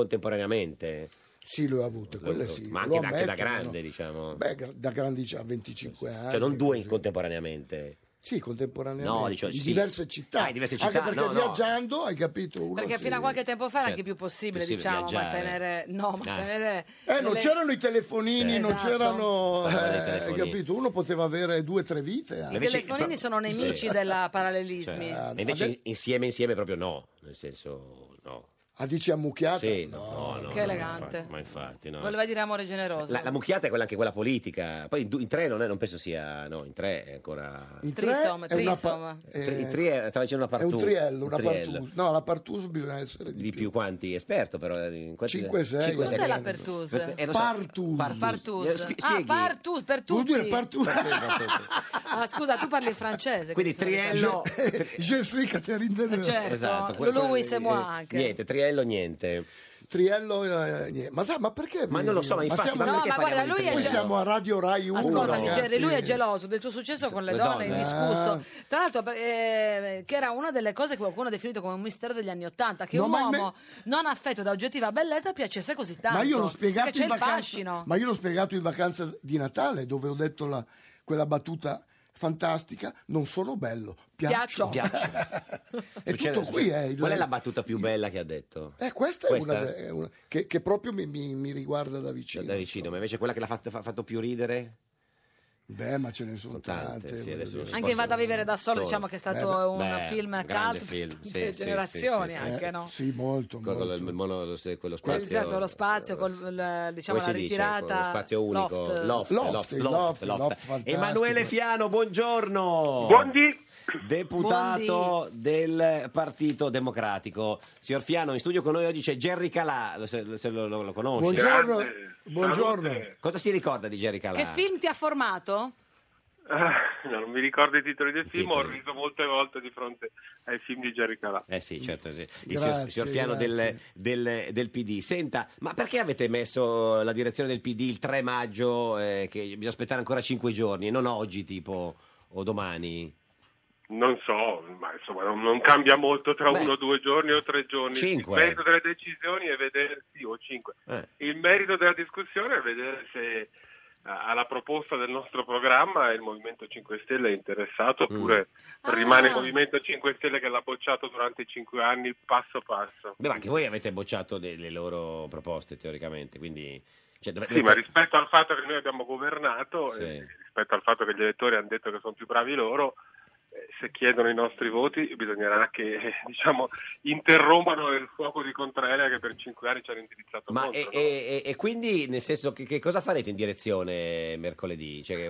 contemporaneamente,
Sì, le ho avute, quelle sì.
ma
lo
anche, anche da
ammetto,
grande,
no?
diciamo,
Beh, gra- da grandi già, a 25 anni.
cioè non due contemporaneamente.
Sì, contemporaneamente.
No, dicevo,
in
sì.
diverse città.
Ah, in diverse
Anche
città,
perché
no, no.
viaggiando, hai capito, uno
Perché
si-
fino a qualche tempo fa era anche
Certo.
più possibile,
Possibile
diciamo,
viaggiare.
mantenere. No, mantenere.
Eh, non
delle-
c'erano i telefonini,
Sì.
non
Esatto.
c'erano...
Stavano nei
eh, hai
telefonini.
capito, uno poteva avere due o tre vite. anche.
I telefonini sono nemici
Sì.
della parallelismi.
Ah,
Cioè, e invece
Ade-
insieme, insieme proprio no, nel senso no.
Ah, dici ammucchiata?
Sì, no, no, no,
Che elegante.
Ma infatti, ma infatti, no.
Voleva dire amore generoso.
La, la mucchiata è quella anche quella politica. Poi in, du- in tre non, è, non penso sia. No, in tre è ancora.
In
Trisom,
tre è una
trisom.
pa-
Tri-
eh,
in tre è- stava dicendo una
è un
partus.
triello, una
un triello.
partus. No, la partus bisogna essere
Di più quanti esperto, però. eh, in quanti-
Cinque, sei.
cinque,
Cos'è
sei.
la pertus?
Eh, non so.
Partus.
Eh,
Partus.
spi-
ah,
spieghi.
partus per
Vuol
tutti.
dire partus.
*laughs* Ah, scusa, tu parli il francese.
Quindi
quindi sono
*laughs*
triello.
Cioè, Je suis Catherine Deneuve.
Certo,
que-
Lulu
que-
Isemo
eh,
anche.
Niente, triello niente.
Triello, eh, niente. Ma, dai, ma perché?
Ma non lo so, ma infatti,
siamo-
ma
No,
perché
ma guarda,
parliamo di
lui è
Noi
triello?
già-
siamo a Radio Rai 1.
Ascoltami,
ragazzi.
Jerry, lui è geloso del tuo successo con le,
Le
donne,
donne.
indiscusso.
Ah.
Tra l'altro, per- eh, che era una delle cose che qualcuno ha definito come un mistero degli anni Ottanta, che
No,
un
ma in
uomo non affetto da oggettiva bellezza piacesse così tanto.
Ma io l'ho spiegato
che c'è
in
il
vacanza.
fascino.
Ma io l'ho spiegato in vacanza di Natale, dove ho detto la- quella battuta fantastica, non sono bello, piaccio.
Piaccio.
È
Succede-
tutto qui, eh, il-
Qual è la battuta più bella che ha detto?
Eh, questa è
Questa?
una, de- è una- che, che proprio mi, mi- mi riguarda da vicino.
Da vicino, ma invece quella che l'ha fatto, fa- fatto più ridere?
Beh, eh, ma ce ne sono,
tante,
tante.
sì,
voglio
adesso
dire.
non si
Anche Vado a vivere da solo,
Solo.
diciamo che è
Beh,
stato un
beh,
film
un
cult
grande film,
di
sì,
tutte le
sì,
generazioni,
sì, sì,
anche
sì.
no?
Sì, molto,
Con
molto.
il mono- lo- se- quello
Quel-
spazio,
certo, lo spazio, col, l- diciamo
come si dice? Con
la ritirata.
lo spazio unico, loft, loft,
loft.
Loft,
loft, loft.
loft, loft, fantastico.
Emanuele Fiano, buongiorno.
Buondì,
deputato del Partito Democratico. Signor Fiano, in studio con noi oggi c'è Gerry Calà, lo- se se lo, lo- lo conosce.
Buongiorno, Grande. buongiorno.
Cosa si ricorda di Gerry Calà?
Che film ti ha formato?
No, *laughs* non mi ricordo i titoli del film, ho
Titoli.
riso molte volte di fronte ai film di Jerry Calà.
Eh sì, certo, sì. il
Grazie,
signor, signor Fiano del,
grazie.
del- del PD. Senta, ma perché avete messo la direzione del PD il 3 maggio, eh, che bisogna aspettare ancora 5 giorni, e non oggi tipo o domani?
Non so, ma insomma non, non cambia molto tra
Beh.
uno, due giorni o tre giorni.
Cinque.
Il merito delle decisioni è vedere, sì, o cinque.
Eh.
Il merito della discussione è vedere se eh, alla proposta del nostro programma il Movimento 5 Stelle è interessato
Mm.
oppure rimane il Movimento 5 Stelle che l'ha bocciato durante i cinque anni passo passo.
Beh, ma anche voi avete bocciato le, le loro proposte teoricamente, quindi... cioè, dovre-
Sì, ma rispetto al fatto che noi abbiamo governato,
Sì.
eh, rispetto al fatto che gli elettori hanno detto che sono più bravi loro, eh, se chiedono i nostri voti bisognerà che eh, diciamo, interrompano il fuoco di contraerea che per cinque anni ci hanno indirizzato
Ma
contro.
e, e- e- e quindi, nel senso, che, che cosa farete in direzione mercoledì? Cioè, che,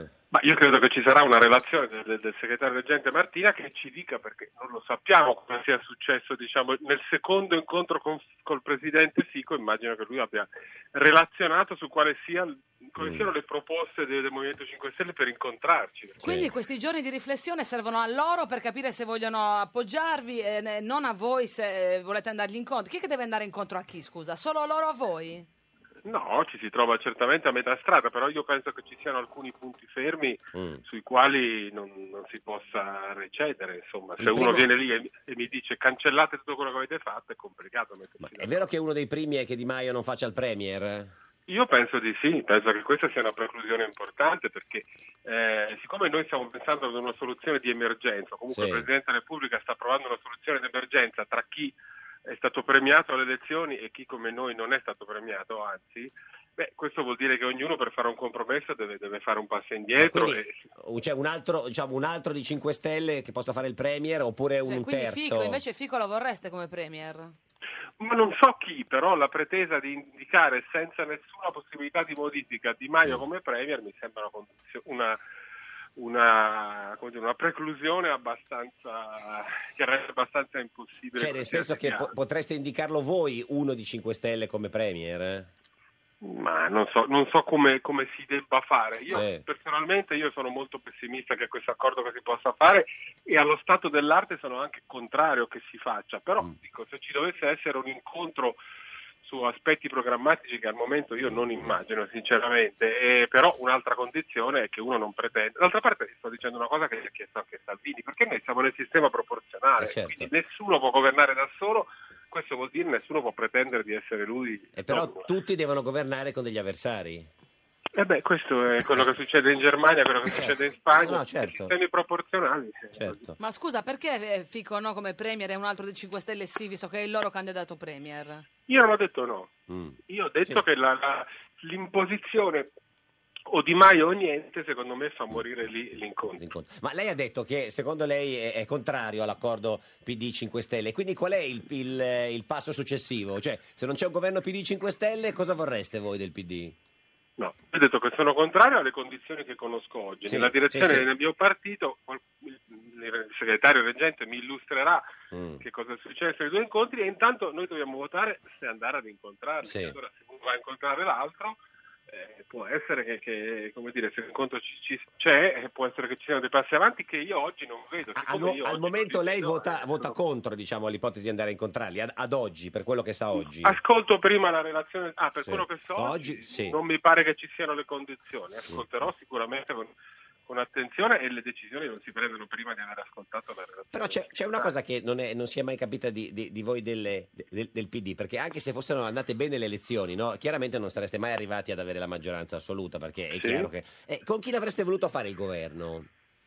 eh,
Ma io credo che ci sarà una relazione del, del- del segretario reggente Martina che ci dica, perché non lo sappiamo cosa sia successo diciamo, nel secondo incontro con- col presidente Fico, immagino che lui abbia relazionato su quale sia,
Mm.
quali siano le proposte del, del Movimento 5 Stelle per incontrarci.
Quindi questi giorni di riflessione servono a loro per capire se vogliono appoggiarvi e ne- non a voi se eh, volete andargli incontro. Chi è che deve andare incontro a chi, scusa? Solo loro a voi?
No, ci si trova certamente a metà strada, però io penso che ci siano alcuni punti fermi
eh. Mm,
sui quali non, non si possa recedere. Insomma, se
Il
uno
primo-
viene lì e, e mi dice cancellate tutto quello che avete fatto, è complicato. mettersi
è vero che uno dei primi è che Di Maio non faccia il Premier?
Io penso di sì, penso che questa sia una preclusione importante perché eh, siccome noi stiamo pensando ad una soluzione di emergenza, comunque
Sì.
il Presidente della Repubblica sta provando una soluzione d'emergenza tra chi è stato premiato alle elezioni e chi come noi non è stato premiato, anzi, beh, questo vuol dire che ognuno per fare un compromesso deve, deve fare un passo indietro.
Quindi-
e-
O C'è un altro, diciamo, un altro di 5 Stelle che possa fare il Premier oppure un
Eh, quindi
terzo?
Fico, invece Fico lo vorreste come premier?
ma non so chi, però la pretesa di indicare senza nessuna possibilità di modifica Di Maio
Mm.
come Premier mi sembra una condizio- una, una, come dire, una preclusione abbastanza, che rende abbastanza impossibile.
Cioè, nel senso che po- potreste indicarlo voi uno di 5 Stelle come Premier?
Ma non so, non so come, come si debba fare. Io
Eh.
personalmente io sono molto pessimista che questo accordo che si possa fare e allo stato dell'arte sono anche contrario che si faccia, però
Mm.
dico, se ci dovesse essere un incontro su aspetti programmatici che al momento io non immagino sinceramente, e però un'altra condizione è che uno non pretende. D'altra parte sto dicendo una cosa che gli ha chiesto anche Salvini, perché noi siamo nel sistema proporzionale,
Eh, certo.
quindi nessuno può governare da solo, questo vuol dire nessuno può pretendere di essere lui.
E Eh, però tutti devono governare con degli avversari.
E Eh beh, questo è quello che succede in Germania, quello che succede in Spagna,
No, certo.
i sistemi proporzionali. eh,
Certo.
Ma scusa, perché eh, Fico no come premier e un altro dei 5 Stelle sì, visto che è il loro candidato premier?
Io non ho detto no,
Mm.
io ho detto che la- la- l'imposizione o Di Maio o niente, secondo me fa morire lì l'incontro.
*laughs* Ma lei ha detto che secondo lei è, è contrario all'accordo PD 5 Stelle, quindi qual è il, il- il passo successivo? Cioè, se non c'è un governo PD 5 Stelle, cosa vorreste voi del PD?
No, ho detto che sono contrario alle condizioni che conosco oggi.
Sì,
Nella direzione
sì, sì.
del mio partito, qual- il il segretario reggente mi illustrerà
mm.
che cosa è successo ai due incontri e intanto noi dobbiamo votare se andare ad incontrarli.
Sì.
Allora se uno va a incontrare l'altro eh, può essere che, che, come dire, se l'incontro ci, ci- c'è eh, può essere che ci siano dei passi avanti che io oggi non vedo.
Al,
siccome
mo-
io
al
oggi-
momento lei vota, vota contro diciamo, l'ipotesi di andare a incontrarli, ad, ad oggi, per quello che sa oggi.
Ascolto prima la relazione, ah, per
Sì.
quello che so
Oggi,
oggi,
sì.
non mi pare che ci siano le condizioni, ascolterò sicuramente con, con attenzione e le decisioni non si prendono prima di aver ascoltato la relazione.
Però c'è, c'è
Ah.
una cosa che non, è- non si è mai capita di, di- di voi delle- del, del PD, perché anche se fossero andate bene le elezioni, no, chiaramente non sareste mai arrivati ad avere la maggioranza assoluta, perché è
Sì.
chiaro che... eh, con chi l'avreste voluto fare il governo?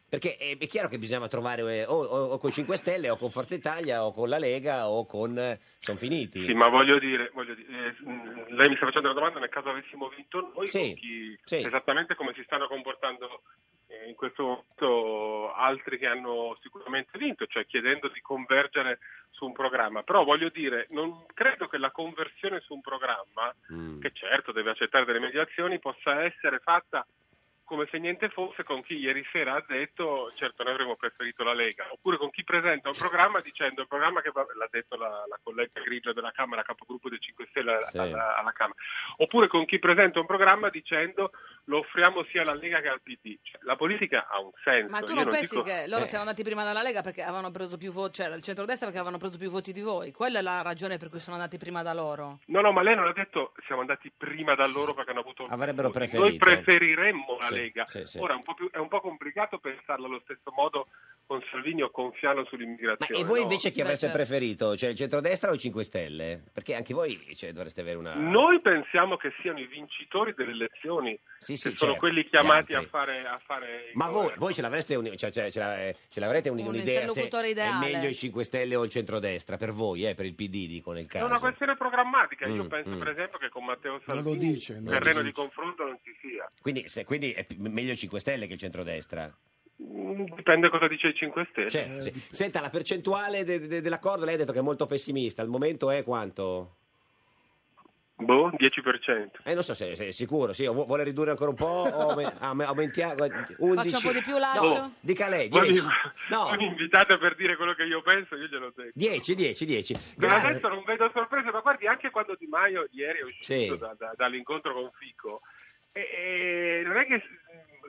Perché è, è chiaro che bisognava trovare eh, o, o- o con 5 Stelle, o con Forza Italia, o con la Lega, o con... sono finiti.
Sì, ma voglio dire, voglio dire, eh, mh, lei mi sta facendo la domanda nel caso avessimo vinto noi,
Sì,
con chi-
sì.
esattamente come si stanno comportando eh, in questo momento altri che hanno sicuramente vinto, cioè chiedendo di convergere su un programma. Però voglio dire, non credo che la
Mm.
conversione su un programma, che certo deve accettare delle mediazioni, possa essere fatta come se niente fosse con chi ieri sera ha detto certo noi avremmo preferito la Lega, oppure con chi presenta un programma dicendo il programma che va- l'ha detto la, la collega Grigio della Camera, capogruppo dei 5 Stelle alla,
Sì.
alla- alla Camera, oppure con chi presenta un programma dicendo lo offriamo sia alla Lega che al PD. Cioè, la politica ha un senso.
Ma tu
io
non pensi
dico-
che loro
Eh.
siano andati prima dalla Lega perché avevano preso più voti, cioè il centrodestra perché avevano preso più voti di voi? Quella è la ragione per cui sono andati prima da loro.
No, no, ma lei non ha detto siamo andati prima da loro perché hanno avuto un
Avrebbero preferito.
Noi preferiremmo la
Sì,
Lega.
sì, sì.
Ora è un, po più- è un po' complicato pensarlo allo stesso modo con Salvini o con Fiano
Ma
sull'immigrazione.
e voi
no?
invece chi avreste preferito? Cioè il centrodestra o i 5 Stelle? Perché anche voi cioè, dovreste avere una...
Noi pensiamo che siano i vincitori delle elezioni,
sì,
che sono
certo,
quelli chiamati
gli
a
altri.
fare, a fare
Mm.
il
Ma voi,
governo.
voi ce l'avreste un- cioè, cioè, ce la- eh, ce l'avrete un-
Un
un'idea se
interlocutore
è
ideale.
meglio i 5 Stelle o il centrodestra? Per voi, eh, per il PD dico nel
È
caso.
una questione programmatica. Io
Mm,
penso,
mm.
per esempio, che con Matteo
Non lo
Salvini
dice, non
il
lo
terreno
dice.
di confronto non ci sia.
Quindi, se- quindi è pi- meglio i 5 Stelle che il centrodestra?
Mm, Dipende cosa dice i 5 Stelle.
Cioè, sì. Senta, la percentuale de- de- dell'accordo, lei ha detto che è molto pessimista, al momento è quanto?
Boh, 10%.
Eh, non so se, se è sicuro, sì, o vu- vuole ridurre ancora un po' o aume- aume- aumentiamo 11?
Faccio un po' di più, Lazio?
No, dica lei,
Voi
10.
mi-
Eh, No,
voi mi invitate per dire quello che io penso, io glielo dico.
10, 10, 10.
Da
Grazie.
adesso non vedo sorprese, ma guardi, anche quando Di Maio ieri è uscito
Sì.
da- da- dall'incontro con Fico,
Eh,
e, e non è che,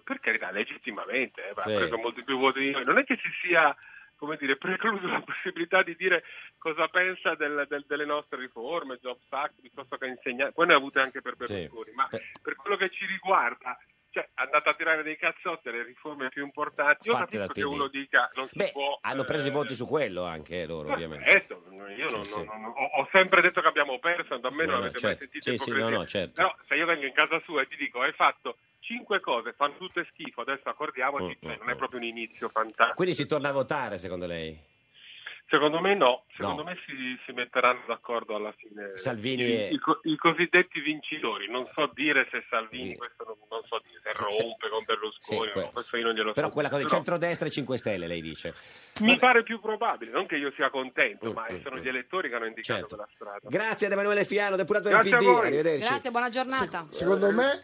per carità, legittimamente, eh, ma ha
Sì.
preso molti più voti di noi, non è che ci sia, come dire, precluso la possibilità di dire cosa pensa del- del- delle nostre riforme, Jobs Act, piuttosto che insegnare, poi ne ha avute anche per Berlusconi, ma
Eh.
per quello che ci riguarda, cioè, andate a tirare dei cazzotti alle riforme più importanti, io
Fatte dal
capisco che
PD.
uno dica, non si
Beh,
può...
hanno preso i voti su quello anche eh, loro,
Eh, Ma
ovviamente.
certo, io non-
Sì, sì.
non- non- ho, ho sempre detto che abbiamo perso, da me
No,
non
no,
avete mai
certo.
sentito
Sì, sì,
ipocrisia.
no, no, certo.
Però se io vengo in casa sua e ti dico hai fatto cinque cose, fanno tutte schifo, adesso accordiamoci,
Mm,
cioè,
mm,
non è proprio un inizio fantastico.
Quindi si torna a votare, secondo lei?
Secondo me no,
No.
secondo me si, si metteranno d'accordo alla fine
Salvini
i,
e-
i co- i cosiddetti vincitori, non so dire se Salvini, questo non, non so dire, se rompe con Berlusconi,
Sì, que-
no, questo io non glielo
Però
so
quella
dire,
cosa di
però-
centrodestra e 5 Stelle, lei dice.
Mi pare più probabile, non che io sia contento,
Mm,
ma
mm,
sono
mm.
gli elettori che hanno indicato
Certo.
quella strada.
Grazie ad Emanuele Fiano, deputato del
Grazie a
PD.
voi.
Arrivederci.
Grazie, buona giornata.
Secondo me,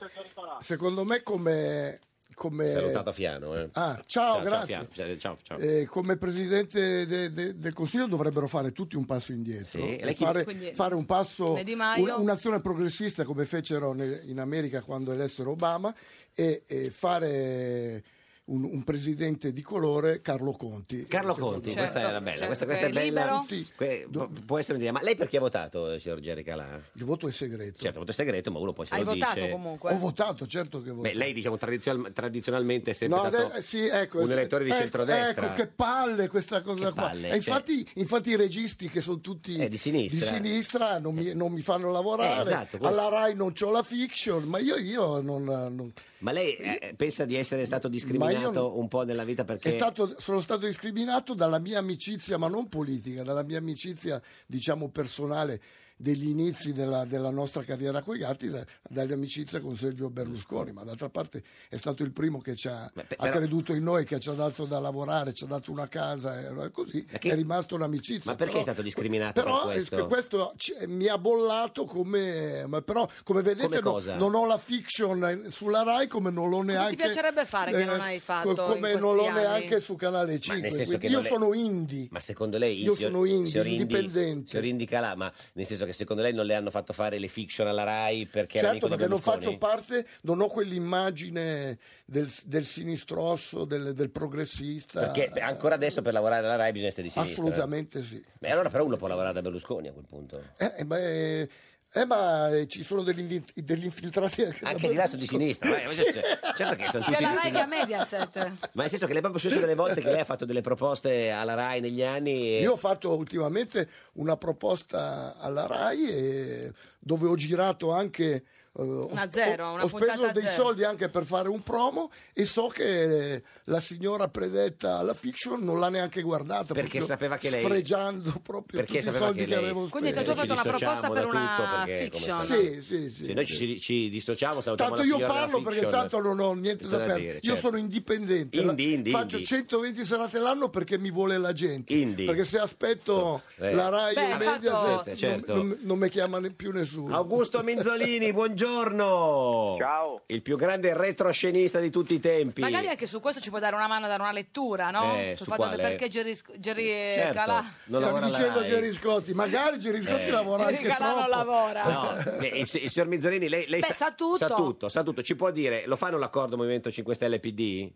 secondo me come, come-
Salutato Fiano. eh.
Ah, ciao, grazie.
Ciao, Fiano. ciao, ciao.
eh, come presidente de- de- del Consiglio dovrebbero fare tutti un passo indietro
Sì, e
e
lei chi-
fare,
Quindi-
fare un passo,
Né Di Maio?
un- un'azione progressista come fecero ne- in America quando elessero Obama e, e fare un, un presidente di colore, Carlo Conti.
Carlo
Secondo
Conti,
me.
questa
Certo,
è una bella, questa, questa è bella. Que- pu- può essere un'idea. Ma lei perché ha votato, signor Gerry Calà?
Il voto è segreto.
Certo, il voto è segreto, ma uno poi se
Hai
lo
votato
dice.
comunque?
Ho votato, certo che ho votato.
Beh, lei diciamo tradizio- tradizionalmente è sempre
No,
stato
adesso- sì, ecco,
un
sì,
elettore di
ecco,
centrodestra.
Ecco, che palle questa cosa qua.
palle,
E
cioè-
infatti, infatti i registi che sono tutti
Eh, di sinistra.
sinistra non, mi, non mi fanno lavorare.
Eh, esatto, questo.
Alla RAI non c'ho la fiction, ma io, io non... non-
Ma lei eh, pensa di essere stato discriminato
non-
un po' nella vita perché
È stato- sono stato discriminato dalla mia amicizia, ma non politica, dalla mia amicizia, diciamo, personale degli inizi della, della nostra carriera coi gatti, da- dall'amicizia con Sergio Berlusconi, ma d'altra parte è stato il primo che ci ha,
Beh, pe-
ha
però-
creduto in noi, che ci ha dato da lavorare, ci ha dato una casa, e così
che-
è rimasta un'amicizia.
Ma perché
però-
è stato discriminato
Però
per
eh,
questo?
ci- mi ha bollato come... ma però come vedete
Come
no-
cosa?
non ho la fiction eh, sulla RAI come non l'ho
Cosa
neanche...
ti piacerebbe fare che
eh,
non hai
co-
fatto?
Come
in
non l'ho
questi anni?
neanche su Canale 5.
nel senso
quindi
che
io
non è-
sono indie.
Ma secondo lei
Io
signor-
sono indie,
signor
indipendente.
Signor Indi Calà, ma nel senso che secondo lei non le hanno fatto fare le fiction alla Rai perché era amico
certo,
di
perché non
Berlusconi?
faccio parte, non ho quell'immagine del, del sinistrosso, del, del progressista.
Perché beh, ancora adesso per lavorare alla Rai bisogna essere di sinistra.
Assolutamente sì.
Beh, allora però uno può lavorare da Berlusconi a quel punto.
Eh, eh, ma, eh, eh, ma, eh, ci sono degli, indi- degli infiltrati anche,
Anche di là sono di sinistra,
*laughs*
eh, certo certo che sono tutti
C'è
di
Cioè, la Rai che
sinistra.
a Mediaset.
Ma nel senso che le è proprio successo delle volte che lei ha fatto delle proposte alla Rai negli anni e...
Io ho fatto ultimamente una proposta alla RAI eh, dove ho girato anche... eh, ho-
Una zero,
ho,
una
ho speso
puntata
dei
zero.
soldi anche per fare un promo e so che eh, la signora predetta alla fiction non l'ha neanche guardata
Perché
proprio
sapeva che lei-
sfregiando proprio
perché
tutti i
sapeva
soldi
che
che,
lei-
avevo
Quindi tu
speso
hai fatto una
Ci dissociamo
proposta
da
per
tutto,
una
perché come
fiction.
sta-
Sì, sì, sì,
Se noi ci, ci dissociamo, salutiamo
Tanto
la
io
signora della
parlo perché
fiction.
tanto non ho niente da
Da
perdere.
dire,
Io
certo.
sono indipendente.
Indie,
La-
indie,
Faccio
indie.
120 serate l'anno perché mi vuole la gente.
Indie.
Perché se aspetto
Eh.
la RAI
Beh,
o
ha
Mediaset
fatto-
non-
Certo.
non, non mi chiama ne- più nessuno. *laughs*
Augusto Minzolini, buongiorno. buongiorno. Ciao. Il più grande retroscenista di tutti i tempi.
Magari anche su questo ci può dare una mano, dare una lettura, no?
Eh,
Sul
su
fatto che
quale?
perché Gerry, Gerry
Certo,
Calà...
non lavora
Stavi dicendo
la
a
Rai.
Gerry Scotti, magari Gerry Scotti
Eh.
lavora
Gerry
anche
Calà
troppo.
non lavora.
No, beh, il, si- il signor Mizzolini, lei, lei
Beh, sa tutto.
sa tutto, sa tutto. Ci può dire, lo fanno l'accordo Movimento 5 Stelle e PD?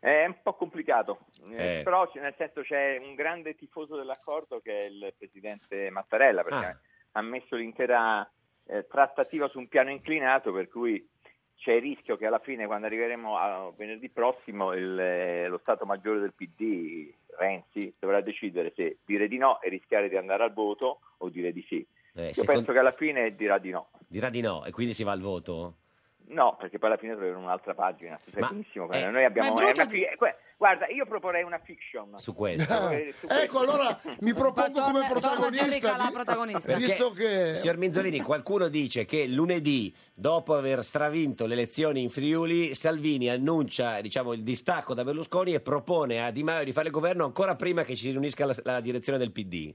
È un po' complicato, eh,
Eh.
però c- nel senso c'è un grande tifoso dell'accordo che è il presidente Mattarella, perché
Ah.
ha messo l'intera eh, trattativa su un piano inclinato, per cui c'è il rischio che alla fine, quando arriveremo a venerdì prossimo, il, eh, lo Stato Maggiore del PD, Renzi, dovrà decidere se dire di no e rischiare di andare al voto o dire di sì.
Eh,
Io
second-
penso che alla fine dirà di no.
Dirà di no e quindi si va al voto?
No, perché poi alla fine troveremo un'altra pagina. Tu sai
Ma-
benissimo,
eh,
noi abbiamo
Ma è brutto
una fi- que- Guarda, io proporrei una fiction
Su questo.
Eh, su questo.
Ecco, allora mi propongo come
Gerry
protagonista.
Calà
di-
protagonista.
Visto che...
Signor Minzolini, qualcuno dice che lunedì, dopo aver stravinto le elezioni in Friuli, Salvini annuncia diciamo, il distacco da Berlusconi e propone a Di Maio di fare il governo ancora prima che ci riunisca la, la direzione del PD.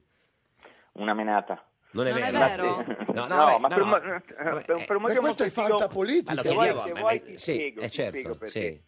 Una menata.
Non è
Non è
vero?
vero?
No, no,
No,
vabbè,
ma
no,
per un mo-
no.
per- per un motivo
questa è
molto
fanta
figo-
politica.
Se vuoi-
chiediamo,
se
ma-
vuoi
ma-
ti
sì,
spiego,
eh,
ti
certo,
spiego perché.
sì.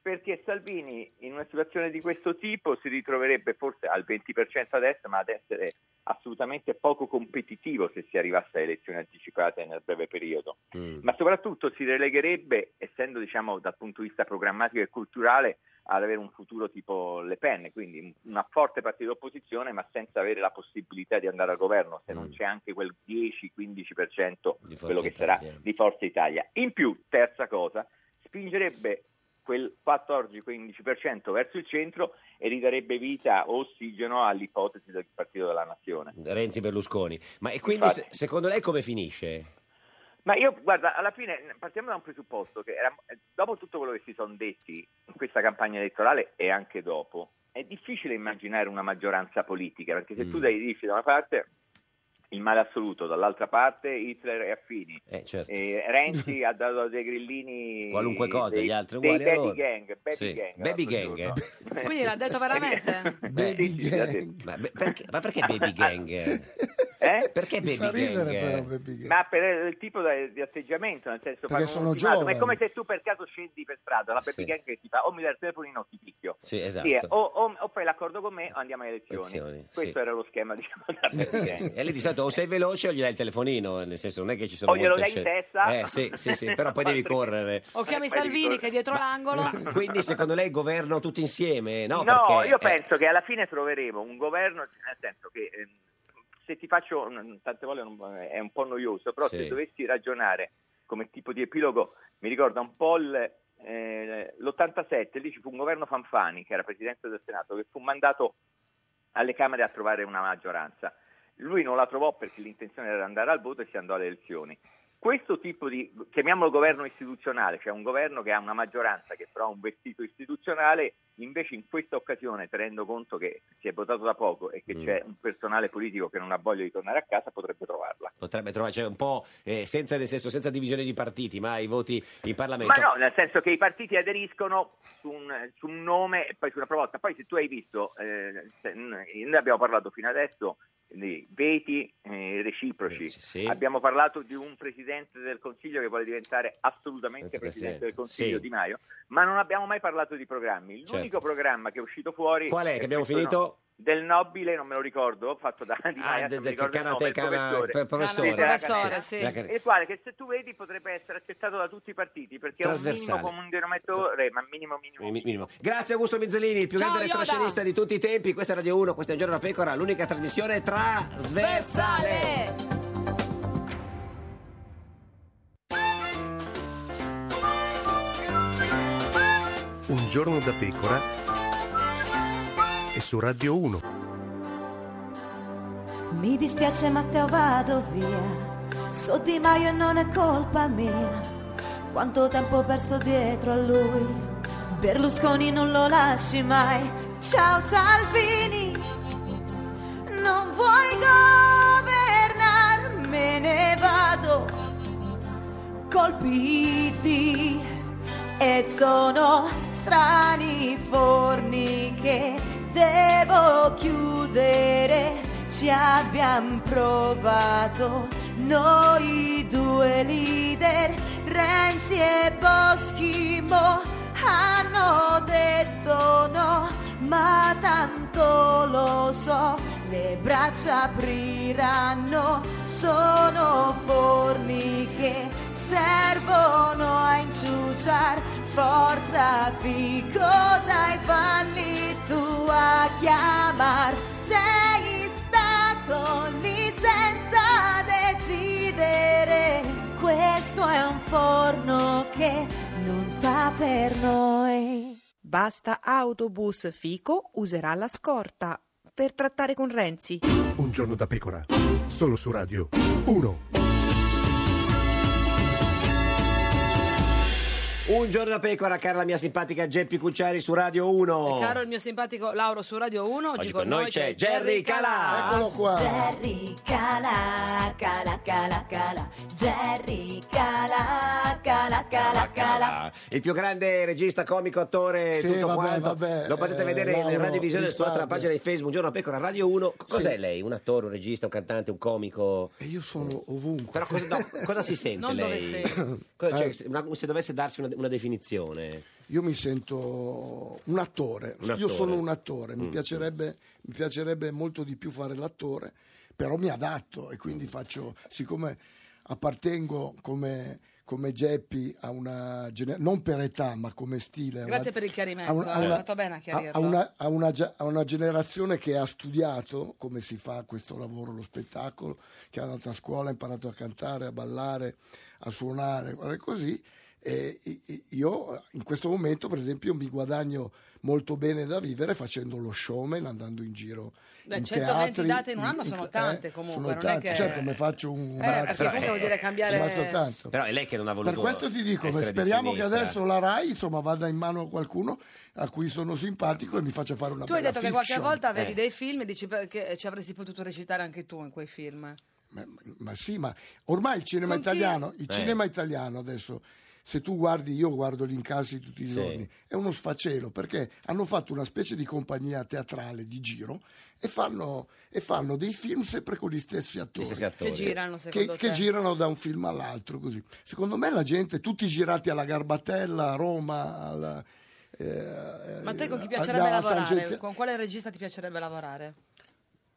Perché Salvini in una situazione di questo tipo si ritroverebbe forse al 20% adesso, ma ad essere assolutamente poco competitivo se si arrivasse a elezioni anticipate nel breve periodo.
Mm.
Ma soprattutto si relegherebbe, essendo diciamo dal punto di vista programmatico e culturale, ad avere un futuro tipo Le Pen, quindi un- una forte partita d'opposizione ma senza avere la possibilità di andare al governo, se non c'è anche quel 10-15%
Mm. Forza
quello che
Italia.
sarà di Forza Italia. In più, terza cosa, spingerebbe quel 14-15% verso il centro e ridarebbe vita o ossigeno all'ipotesi del Partito della Nazione.
Renzi Berlusconi. Ma e quindi se- secondo lei come finisce?
Ma io, guarda, alla fine partiamo da un presupposto che era- eh, dopo tutto quello che si sono detti in questa campagna elettorale e anche dopo, è difficile immaginare una maggioranza politica, perché se
Mm.
tu dai dici da una parte il male assoluto, dall'altra parte Hitler e affini,
Eh, certo.
eh, Renzi ha dato a dei grillini
Qualunque cosa,
dei,
gli altri
dei
uguali a
baby
loro.
gang, baby
Sì.
gang,
Baby
l'altro
gang,
giorno.
Quindi
*laughs*
l'ha detto veramente?
Beh,
sì, l'ha detto. Ah,
Ma, beh, perché, ma perché baby
*laughs*
gang?
Eh?
Perché baby
fa ridere
gang?
però Baby Gang.
Ma per il tipo da- di atteggiamento, nel senso
Perché
fanno un
sono
ultimatum.
giovani.
È come se tu per caso scendi per strada, la
Sì.
baby gang che ti fa o mi dai il telefonino o ti picchio.
Sì, esatto.
Sì, eh, o, o- o fai l'accordo con me o andiamo alle elezioni.
Elezioni, sì.
Questo era lo schema diciamo, della baby gang.
E lei di solito o sei veloce o gli dai il telefonino, nel senso non è che ci sono
O glielo
molte
dai in
scelte.
testa.
Eh, sì, sì, sì, però poi
*laughs*
devi correre.
O chiami
Eh, poi
Salvini
dico-
che è dietro l'angolo?
Ma quindi secondo lei governo tutti insieme? No, perché,
io
eh,
penso che alla fine troveremo un governo, nel senso che ehm, se ti faccio, un- tante volte non- è un po' noioso, però
Sì.
se dovessi ragionare come tipo di epilogo, mi ricorda un po' il, eh, l'87, lì ci fu un governo Fanfani, che era presidente del Senato, che fu mandato alle Camere a trovare una maggioranza. Lui non la trovò perché l'intenzione era andare al voto e si andò alle elezioni. Questo tipo di, chiamiamolo governo istituzionale, cioè un governo che ha una maggioranza che però ha un vestito istituzionale, invece in questa occasione, tenendo conto che si è votato da poco e che
Mm.
c'è un personale politico che non ha voglia di tornare a casa, potrebbe trovarla.
potrebbe trovarci un po' eh, senza, nel senso, senza divisione di partiti, ma i voti in
Ma
Parlamento.
no, nel senso che i partiti aderiscono su un, su un nome e poi su una proposta. Poi se tu hai visto, eh, se- noi abbiamo parlato fino adesso di veti eh, reciproci, abbiamo parlato di un presidente del Consiglio che vuole diventare assolutamente presidente del Consiglio
sì.
Di Maio, ma non abbiamo mai parlato di programmi. L'unico
Certo.
programma che è uscito fuori...
Qual è che abbiamo
questo no,
finito? Ah,
del nobile, non me lo ricordo, fatto da Di Maio,
de-
non
de-
mi ricordo il
Canate-
nome, il
Cana-
professore.
per- professore.
Sì, della
Professore,
Canate.
sì.
Il quale che se tu vedi potrebbe essere accettato da tutti i partiti perché è un minimo
Trasversale.
comune denominatore, ma minimo minimo.
Mi- minimo. Grazie Augusto Mizzolini, il più
Ciao,
grande
Yoda.
retroscenista di tutti i tempi. Questa è Radio 1, questa è Un Giorno da Pecora, l'unica trasmissione trasversale.
Un giorno da pecora e su Radio 1.
Mi dispiace Matteo vado via, so Di Maio non è colpa mia, quanto tempo ho perso dietro a lui, Berlusconi non lo lasci mai, ciao Salvini, non vuoi governare, me ne vado, colpiti e sono strani forni che devo chiudere. Ci abbiamo provato, Noi due leader, Renzi e Boschimo, hanno detto no, ma tanto lo so, le braccia apriranno, sono forni che servono a inciuciar forza fico dai falli tu a chiamar sei stato lì senza decidere questo è un forno che non fa per noi
Basta autobus, Fico userà la scorta per trattare con Renzi.
Un giorno da pecora, solo su Radio 1.
Un giorno da pecora, cara la mia simpatica Geppi Cucciari su Radio 1.
Caro il mio simpatico Lauro su Radio 1, oggi,
Oggi con noi c'è Jerry Calà.
Eccolo qua.
Jerry Cala, cala, cala, cala. Jerry Cala, cala, cala, cala.
Il più grande regista, comico, attore,
Sì,
tutto
vabbè,
quanto.
vabbè,
Lo potete
eh,
vedere in
Lauro,
radiovisione sulla nostra
risparmio.
pagina di Facebook, Un giorno da pecora, Radio 1. C- Cos'è lei? Un attore, un regista, un cantante, un comico?
E io sono ovunque.
Però cosa, no, cosa si sente
Non dove
lei?
sei.
Cosa- cioè,
Eh.
se- una- se dovesse darsi una, una definizione.
Io mi sento un attore,
Un
io
attore.
sono un attore, mi,
Mm.
piacerebbe, mi piacerebbe molto di più fare l'attore, però mi adatto e quindi
Mm.
faccio, siccome appartengo come, come Geppi a una generazione, non per età ma come stile, a una-
Grazie per il chiarimento, eh,
a una- a
è
una-
fatto bene a
a,
chiarirlo.
a una, a una ge- a una generazione che ha studiato come si fa questo lavoro, lo spettacolo, che è andata a scuola, ha imparato a cantare, a ballare, a suonare, guarda così. E i- i- io eh, in questo momento, per esempio, mi guadagno molto bene da vivere facendo lo showman, andando in giro.
Beh,
in
120
teatri,
date in un anno sono
eh,
tante comunque,
sono
non è
tante.
che-
Certo, come faccio un
Eh, perché
mazzo.
comunque vuol dire cambiare-
un mazzo tanto.
Però è lei che non ha voluto
Per questo ti dico,
essere di
speriamo che
sinistra.
adesso la RAI insomma, vada in mano a qualcuno a cui sono simpatico e mi faccia fare una
Tu hai
bella
detto che qualche
fiction.
volta
Eh.
vedi dei film e dici perché ci avresti potuto recitare anche tu in quei film.
Ma, ma sì, ma ormai il cinema
Con chi-
italiano,
Eh.
il cinema italiano adesso, se tu guardi, io guardo gli incassi tutti i
Sì.
giorni, è uno sfacelo perché hanno fatto una specie di compagnia teatrale di giro e fanno, e fanno dei film sempre con gli stessi attori.
stessi attori. Che girano, secondo
Che- che
te?
girano da un film all'altro così. Secondo me la gente, tutti girati alla Garbatella, a Roma, alla... eh,
Ma a te con chi
eh,
piacerebbe
alla
lavorare?
tangenziale-
Con quale regista ti piacerebbe lavorare?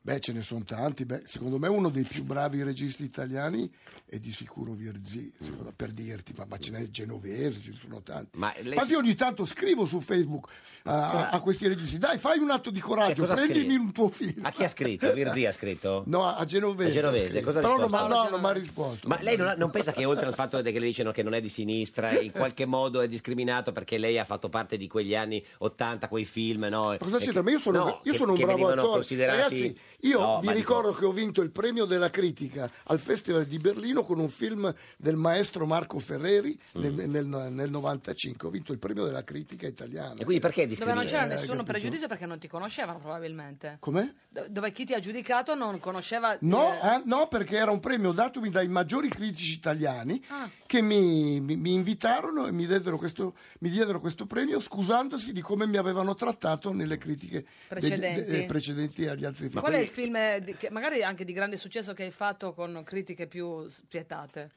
Beh, ce ne sono tanti. Beh, secondo me uno dei più bravi registi italiani è di sicuro Virzi, secondo- per dirti, ma, ma ce n'è genovese, ce ne sono tanti.
Ma lei
Infatti
si- Eh.
io ogni tanto scrivo su Facebook a, a questi registi, dai fai un atto di coraggio,
Cioè, cosa
prendimi
scrivi?
un tuo film.
A chi ha scritto? Virzi ha scritto?
No, a Genovese.
A Genovese,
ho scritto.
Eh, cosa ha
Però non,
risposto?
ma- no, non mi ha risposto.
Ma lei non, ha- non pensa che oltre al fatto che le dicono che non è di sinistra,
*laughs*
in qualche modo è discriminato perché lei ha fatto parte di quegli anni 80, quei film, no?
Ma cosa
E
c'entra?
che-
Ma io sono,
no,
io
che-
sono un
che
bravo
venivano
attore.
considerati-
Ragazzi, io
No,
vi
ma dico-
ricordo che ho vinto il premio della critica al Festival di Berlino con un film del maestro Marco Ferreri
Mm.
nel, nel, nel 95. Ho vinto il premio della critica italiana.
E quindi perché
Dove non c'era
Eh,
nessun
capito?
pregiudizio perché non ti conoscevano probabilmente.
Com'è?
Do- Dove chi ti ha giudicato non conosceva...
No,
eh,
ah, no, perché era un premio datomi dai maggiori critici italiani
Ah.
che mi, mi- mi invitarono e mi diedero, questo, mi diedero questo premio scusandosi di come mi avevano trattato nelle critiche degli-
Precedenti.
de- eh, precedenti agli altri film.
Qual è il film, eh, di- che magari anche di grande successo, che hai fatto con critiche più spietate?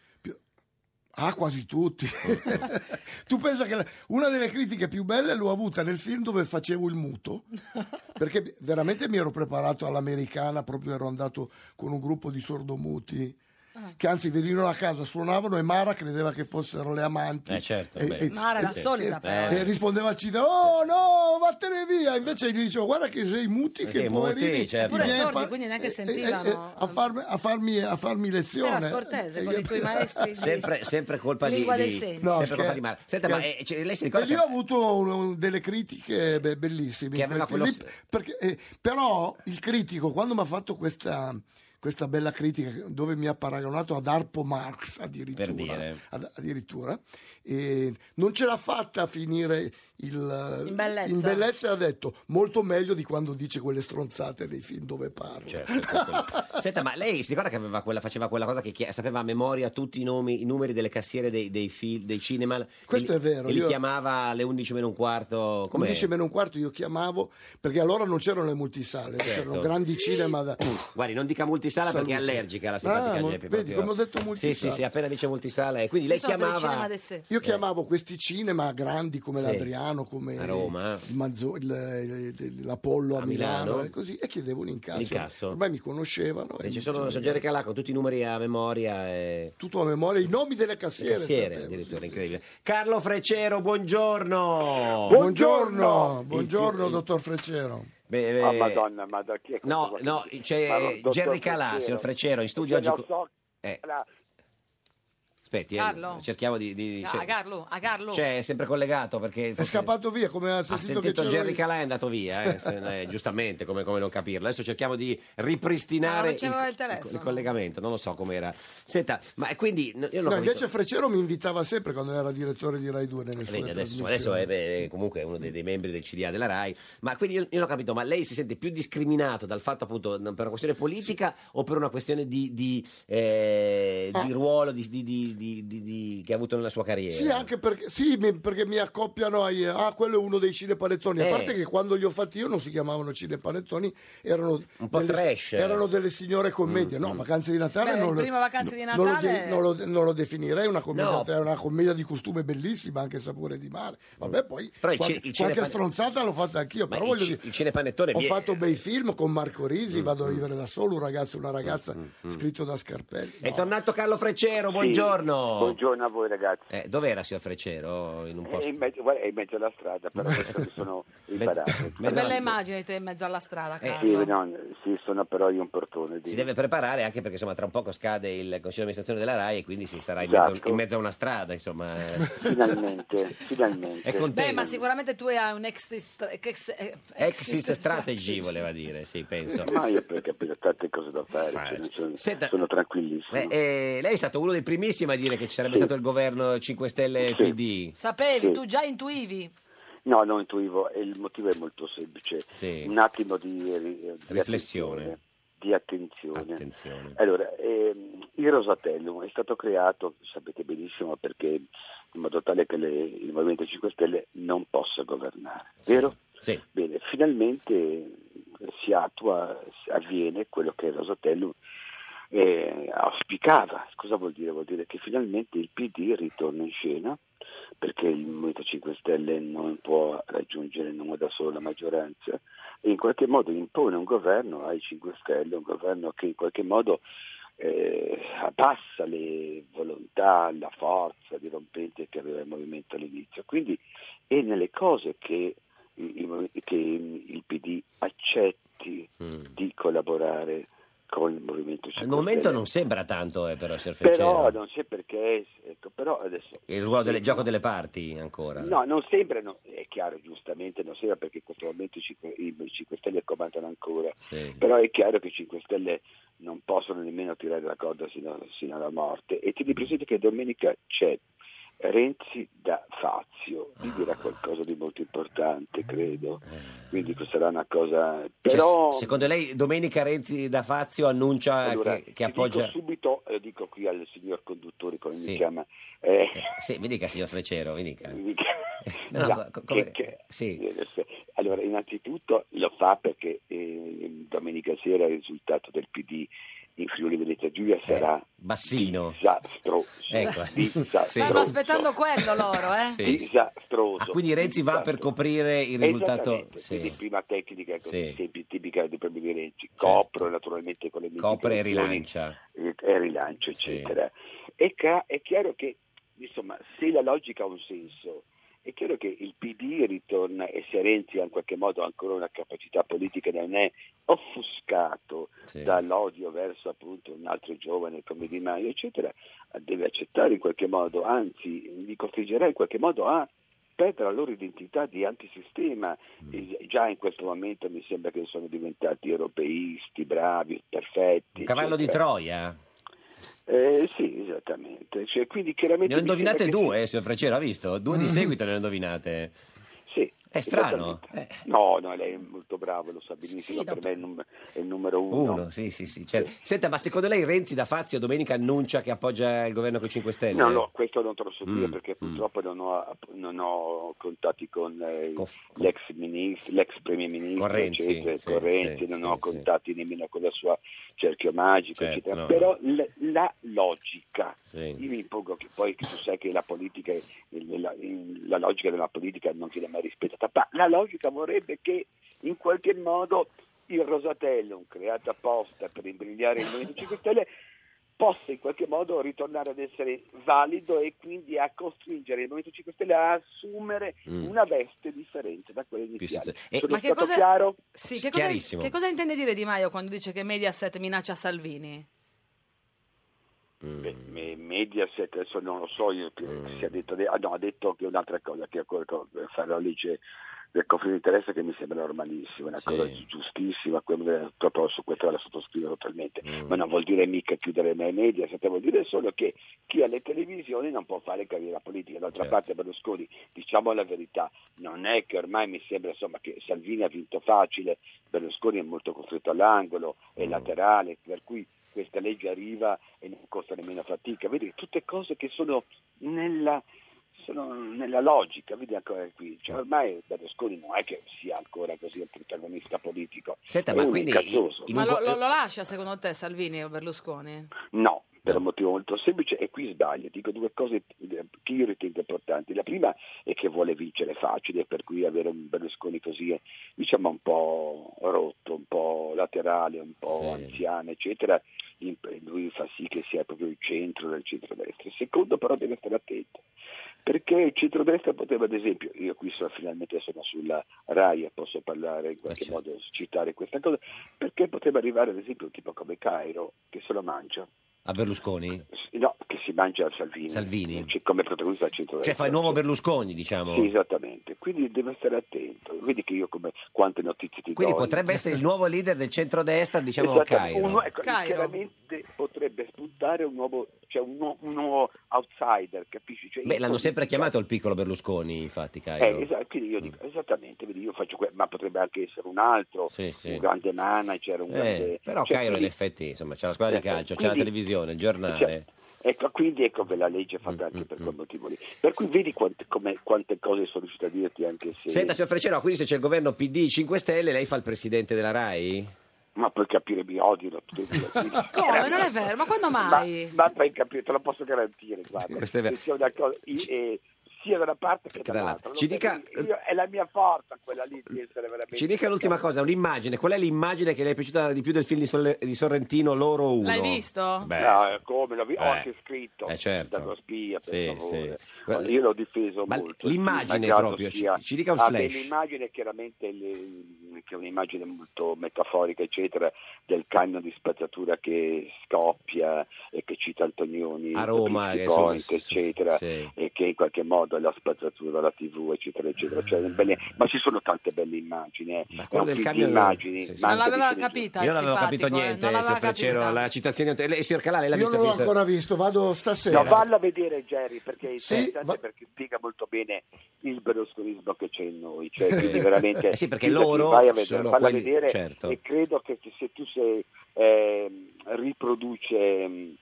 Ah, quasi tutti. tu pensa che la- una delle critiche più belle l'ho avuta nel film dove facevo il muto, perché veramente mi ero preparato all'americana, proprio ero andato con un gruppo di sordomuti. Che anzi venivano a casa, suonavano e Mara credeva che fossero le amanti.
Eh, certo,
E-
beh.
e-
Mara era
e-
solida,
e-
però,
e
eh.
rispondeva al cinema: Oh no, vattene via! Invece gli dicevo: Guarda che sei muti,
Eh
che
sì,
poverini.
muti, certo.
ti
Pure
viene a
sordi,
far-
quindi neanche
eh, eh,
sentivano.
eh, a, farmi, a, farmi, a farmi lezione.
Era scortese con
Eh, *laughs*
i tuoi maestri di-
Sempre, sempre colpa di,
Lingua dei
di-
segni.
sempre
No,
colpa
scher-
di Mara. Senta, ma
scher-
eh, cioè, lei si ricorda
E io ho avuto un- delle critiche beh, bellissime.
Che
in quel
aveva quello
film lì, perché, eh, però il critico, quando mi ha fatto questa, questa bella critica, dove mi ha paragonato ad Arpo Marx addirittura,
Per dire.
ad- addirittura, eh, non ce l'ha fatta a finire il,
In bellezza.
in bellezza e ha detto molto meglio di quando dice quelle stronzate nei film dove parla. *laughs*
Certo. Senta, ma lei si ricorda che aveva quella- faceva quella cosa che chi- sapeva a memoria tutti i nomi, i numeri delle cassiere dei, dei, fil- dei cinema?
Questo
E
è
li-
vero,
E li
io-
chiamava alle 11 meno un quarto. Come?
11 meno un quarto io chiamavo perché allora non c'erano le multisale,
Certo.
c'erano grandi cinema da,
Guardi, non dica multi multisala perché è
Salute.
allergica alla simpatica
Ah, mol-
Geppi.
vedi,
proprio.
come ho detto multisala.
Sì, sì, sì, appena dice multisala. eh, Quindi lei chiamava... Eh.
Io chiamavo questi cinema grandi come
Sì.
l'Adriano, come
A Roma.
il Manzo- il- il- l'Apollo a,
A
Milano,
Milano.
e così e chiedevo l'incasso.
L'incasso.
Ormai mi conoscevano.
E ci sono sono Jerry Calà con tutti i numeri a memoria e...
Tutto a memoria, i nomi delle
il
cassiere.
Cassiere,
sapevo.
addirittura, incredibile. Carlo Freccero, buongiorno!
Buongiorno, buongiorno
Il-
dottor Freccero.
Beh, beh,
Ah, madonna, ma da chi è questo?
No, no, c'è
Ma no, dottor
Gerry Calà,
Freccero.
signor Freccero, in studio
Eh,
oggi...
lo
co-
so,
Eh,
la-
aspetti, eh,
Carlo?
cerchiamo di... di- cioè,
Ah,
c'è-
Carlo, a Carlo.
c'è Cioè, sempre collegato perché...
È scappato via come ha
Ha
sentito,
sentito
che
Jerry
c'era.
Calà è andato via,
*laughs*
eh, se- eh, giustamente, come, come non capirlo. Adesso cerchiamo di
Ma non
ripristinare
riceveva il telefono?
il collegamento, non lo so com'era. Senta, ma e quindi no, io non
No,
ho capito- Eh,
invece Freccero mi invitava sempre quando era direttore di Rai 2 nelle sue
Vedi, adesso,
trasmissioni.
adesso è beh, comunque è uno dei, dei membri del CDA della RAI, ma quindi io, io non ho capito, ma lei si sente più discriminato dal fatto appunto n- per una questione politica o per una questione di, di, eh, di ruolo di- di- di- di- di- di- che ha avuto nella sua carriera?
Ah. Sì, anche perché, sì, mi- perché mi accoppiano ai... Ah, quello è uno dei cinepanettoni.
Eh.
A parte che quando li ho fatti io non si chiamavano cinepanettoni, erano...
Un po'
delle,
trash. Mm,
Erano delle signore commedie. No, Vacanze di Natale
Beh,
non, lo-
prima Vacanze di
non lo
Natale-
de- non lo, de- non lo definirei una commedia.
No.
È una commedia di costume bellissima, anche sapore di mare. Vabbè, poi
Però il
qualche,
ci- il
qualche
cinepane-
stronzata l'ho fatta anch'io.
Ma
Però
il,
voglio
ci-
dire...
il cinepanettone
Ho
vie-
fatto bei film con Marco Risi, vado a
mm.
vivere da solo, un ragazzo e una ragazza,
mm.
scritto da Scarpelli.
È tornato Carlo Freccero,
Sì.
buongiorno.
Buongiorno a voi ragazzi.
Eh, dov'era signor Freccero? In un
È
posto...
in mezzo, guarda, è in mezzo alla strada, però adesso
*laughs*
mi sono imparato.
Che bella immagine di te in mezzo alla strada,
Eh,
Carlo.
Eh, Sì, no, sì, sono però io un portone. di-
Si deve preparare anche perché insomma tra un poco scade il consiglio di amministrazione della RAI e quindi si sarà in,
Esatto.
mezzo, in mezzo a una strada, insomma. *laughs*
Finalmente, finalmente.
È contento.
Beh, ma sicuramente tu hai un exit, ex, eh,
Exit strategy voleva dire, sì, penso.
Ma io perché ho tante cose da fare, cioè, non sono, sono tranquillissimo.
Eh, eh, lei è stato uno dei primissimi a dire che ci sarebbe stato il governo 5 Stelle PD.
Sapevi,
Sì.
tu già intuivi.
No, non intuivo, e il motivo è molto semplice. Un attimo di, di
Riflessione.
Di attenzione.
Attenzione.
Allora, ehm, il Rosatellum è stato creato, sapete benissimo, perché in modo tale che le- il Movimento 5 Stelle non possa governare, vero?
Sì.
Bene, finalmente si attua, si- avviene quello che il Rosatellum eh, auspicava. Cosa vuol dire? Vuol dire che finalmente il PD ritorna in scena perché il Movimento 5 Stelle non può raggiungere non da solo la maggioranza e in qualche modo impone un governo ai 5 Stelle, un governo che in qualche modo eh, abbassa le volontà, la forza dirompente che aveva il movimento all'inizio. Quindi è nelle cose che il, il- che il PD accetti di collaborare con il Movimento 5
Al momento
Stelle.
non sembra tanto, eh, però, signor
Però
Freccero.
non c'è perché, ecco, però adesso
Il ruolo del gioco delle parti ancora.
No, non sembra, no, è chiaro giustamente, non sembra perché in questo momento i 5, i 5 Stelle comandano ancora,
Sì.
però è chiaro che i 5 Stelle non possono nemmeno tirare la corda sino, sino alla morte e tieni presente che domenica c'è Renzi da Fazio, vi
Ah.
dirà qualcosa di molto importante credo, quindi questa sarà una cosa...
Eh. Cioè,
Però...
se- secondo lei domenica Renzi da Fazio annuncia
Allora,
Ah, che, che
ti
appoggia...
Dico subito, lo dico qui al signor conduttore, come
Sì.
mi chiama, eh,
Sì, mi dica signor Freccero, mi dica.
mi chiama-
*laughs* No,
No,
co- co-
che-
come- eh,
che- eh,
Sì.
Allora, innanzitutto lo fa perché eh, domenica sera il risultato del PD in Friuli Venezia Giulia sarà
Eh, Bassino.
disastroso.
Ecco.
Disastroso.
*laughs* Sì.
Stanno aspettando quello loro, eh?
Sì.
Disastroso.
Ah, quindi Renzi va per coprire il risultato...
Esatto. Esattamente,
Sì.
Quindi prima tecnica così,
Sì. Certo.
sempre tipica dei premi di Renzi, copro naturalmente con le mie
Copre e
indicazioni,
rilancia.
e e rilancio, eccetera. È, ca- è chiaro che, insomma, se la logica ha un senso, è chiaro che il PD ritorna e se Renzi ha in qualche modo ancora una capacità politica non è offuscato dall'odio verso appunto un altro giovane come Di Maio, eccetera, deve accettare in qualche modo, anzi li costringerà in qualche modo a perdere la loro identità di antisistema.
Mm.
E Già in questo momento mi sembra che sono diventati europeisti, bravi, perfetti.
Un cavallo di
eccetera.
Troia?
Eh, sì, esattamente. Cioè, quindi chiaramente
Ne ho
mi sembra
indovinate
che Mm-hmm.
due, eh, signor Freccero, ha visto? Due di seguito ne ho indovinate.
Sì,
È strano. eh.
Esattamente. No, no, lei è molto bravo, lo sa benissimo,
Sì,
per
dopo-
me è il, num- è il numero uno.
Uno, sì, sì, sì. certo. Senta, ma secondo lei Renzi da Fazio domenica annuncia che appoggia il governo con i 5 Stelle?
No, no, questo non te lo so dire
Mm,
perché purtroppo non, ho, non ho contatti con eh, l'ex, ministro, l'ex premier ministro,
Con Renzi,
eccetera,
sì,
con Renzi,
sì,
non
sì,
ho
sì.
contatti nemmeno con la sua cerchio magico,
Certo,
eccetera.
no.
Però l- la logica,
Sì.
io mi impongo che poi tu sai che la politica, è- la, la logica della politica non viene mai rispettata, ma la logica vorrebbe che in qualche modo il Rosatellum, creato apposta per imbrigliare il Movimento 5 Stelle, possa in qualche modo ritornare ad essere valido e quindi a costringere il Movimento 5 Stelle a assumere
Mm.
una veste differente da quella iniziale.
sostanziale. E-
Sono
Ma
che
stato
cosa-
chiaro?
Sì, che cosa,
Chiarissimo.
che cosa intende dire Di Maio quando dice che Mediaset minaccia Salvini?
Beh, me- Mediaset, adesso non lo so, io che si è detto, ah, no, ha detto che un'altra cosa, che fare la legge del conflitto di interesse che mi sembra normalissima, una cosa gi- giustissima, quello- proprio su questo la sottoscrivo totalmente, ma non vuol dire mica chiudere mai Mediaset, vuol dire solo che chi ha le televisioni non può fare carriera politica, d'altra parte Berlusconi, diciamo la verità, non è che ormai mi sembra insomma, che Salvini ha vinto facile, Berlusconi è molto costretto all'angolo, è laterale, per cui questa legge arriva e non costa nemmeno fatica. Vedi, tutte cose che sono nella, sono nella logica, vedi ancora qui. Cioè, ormai Berlusconi non è che sia ancora così il protagonista politico.
Senta,
è
ma
un
quindi-
incazzoso.
Ma lo,
eh,
lo- lo lascia secondo te Salvini o Berlusconi?
No, per un motivo molto semplice e qui sbaglio, dico due cose eh, che io ritengo importanti. La prima è che vuole vincere facile, per cui avere un Berlusconi così, eh, diciamo un po' rotto, un po' laterale, un po' anziano, eccetera, in- lui fa sì che sia proprio il centro del centrodestra. Secondo però deve stare attento, perché il centrodestra poteva, ad esempio, io qui so, finalmente sono sulla RAI e posso parlare in qualche modo, citare questa cosa, perché poteva arrivare ad esempio un tipo come Cairo che se lo mangia.
A Berlusconi?
No, che si mangia Salvini,
Salvini?
Cioè, come protagonista del centro
Cioè fa il nuovo Berlusconi, diciamo.
Sì, esattamente. Quindi deve stare attento. Vedi che io come quante notizie ti
Quindi
do. *laughs*
potrebbe essere il nuovo leader del centrodestra, diciamo
Esattamente.
Cairo.
Un- ecco, Chiaramente potrebbe spuntare un nuovo, cioè un, nuo- un nuovo outsider, capisci? Cioè,
Beh,
io-
l'hanno sempre chiamato il piccolo Berlusconi, infatti, Cairo. Mm.
Eh, esatto, quindi io dico, esattamente, vedi, io faccio que- ma potrebbe anche essere un altro, un grande manager, un
Eh,
grande...
però
cioè,
Cairo in
quindi-
effetti, insomma, c'è la squadra di
Ecco,
calcio, c'è la
quindi-
televisione, il giornale.
Ecco, quindi ecco che la legge è
Mm,
fatta anche per quel motivo lì. Per cui vedi quante, come- quante cose sono riuscito a dirti anche se...
Senta, signor Frecero, quindi se c'è il governo PD 5 Stelle, lei fa il presidente della RAI?
Ma puoi capire, mi odiano tutti e due. quindi-
Come?
*laughs*
Non è vero, ma quando mai?
Ma puoi capire, te lo posso garantire, guarda.
Questo è vero.
Che sia una cosa- i- eh, sia da una parte che
Che dall'altra.
dall'altra. Lo
Ci
sai,
dica-
io- è la mia forza quella lì di essere
*laughs*
veramente...
Ci dica l'ultima cosa, un'immagine. Qual è l'immagine che le è piaciuta di più del film di, Solle- di Sorrentino, Loro Uno?
L'hai visto?
Beh,
No,
sì.
eh, come l'ho vi- ho
Eh,
anche scritto
eh, certo.
dallo spia per
Sì,
favore.
sì.
io l'ho difeso
Ma
molto
l'immagine
sì, Mangiato
proprio, ci-
Spia.
ci dica un
Ah,
flash.
beh, l'immagine è chiaramente le- che è un'immagine molto metaforica eccetera del camion di spazzatura che scoppia e che cita Antonioni
A Roma,
Pizzi
che
Point,
sono-
eccetera
sì.
e che in qualche modo è la spazzatura la tv eccetera eccetera Cioè, belle- ma ci sono tante belle immagini eh. È
quello
un
Ah. del
film di
camion-
immagini
sì, sì.
ma
Non
anche di
l'aveva
televisione.
capita,
Io
il
non avevo capito
simpatico, eh,
niente,
non l'aveva
signor Frecero,
capita.
la citazione... Lei, signor Calale, l'ha
Io
visto?
non l'ho ancora visto, vado stasera.
No, valla a vedere Jerry perché è
Sì,
interessante
va-
Eh, perché spiega molto bene il berlusconismo che c'è in noi. Cioè, quindi veramente
Eh sì, perché
fidati,
loro
vai a vedere,
sono
falla
quelli-
vedere
certo.
e credo che se tu sei, ehm, riproduce ehm,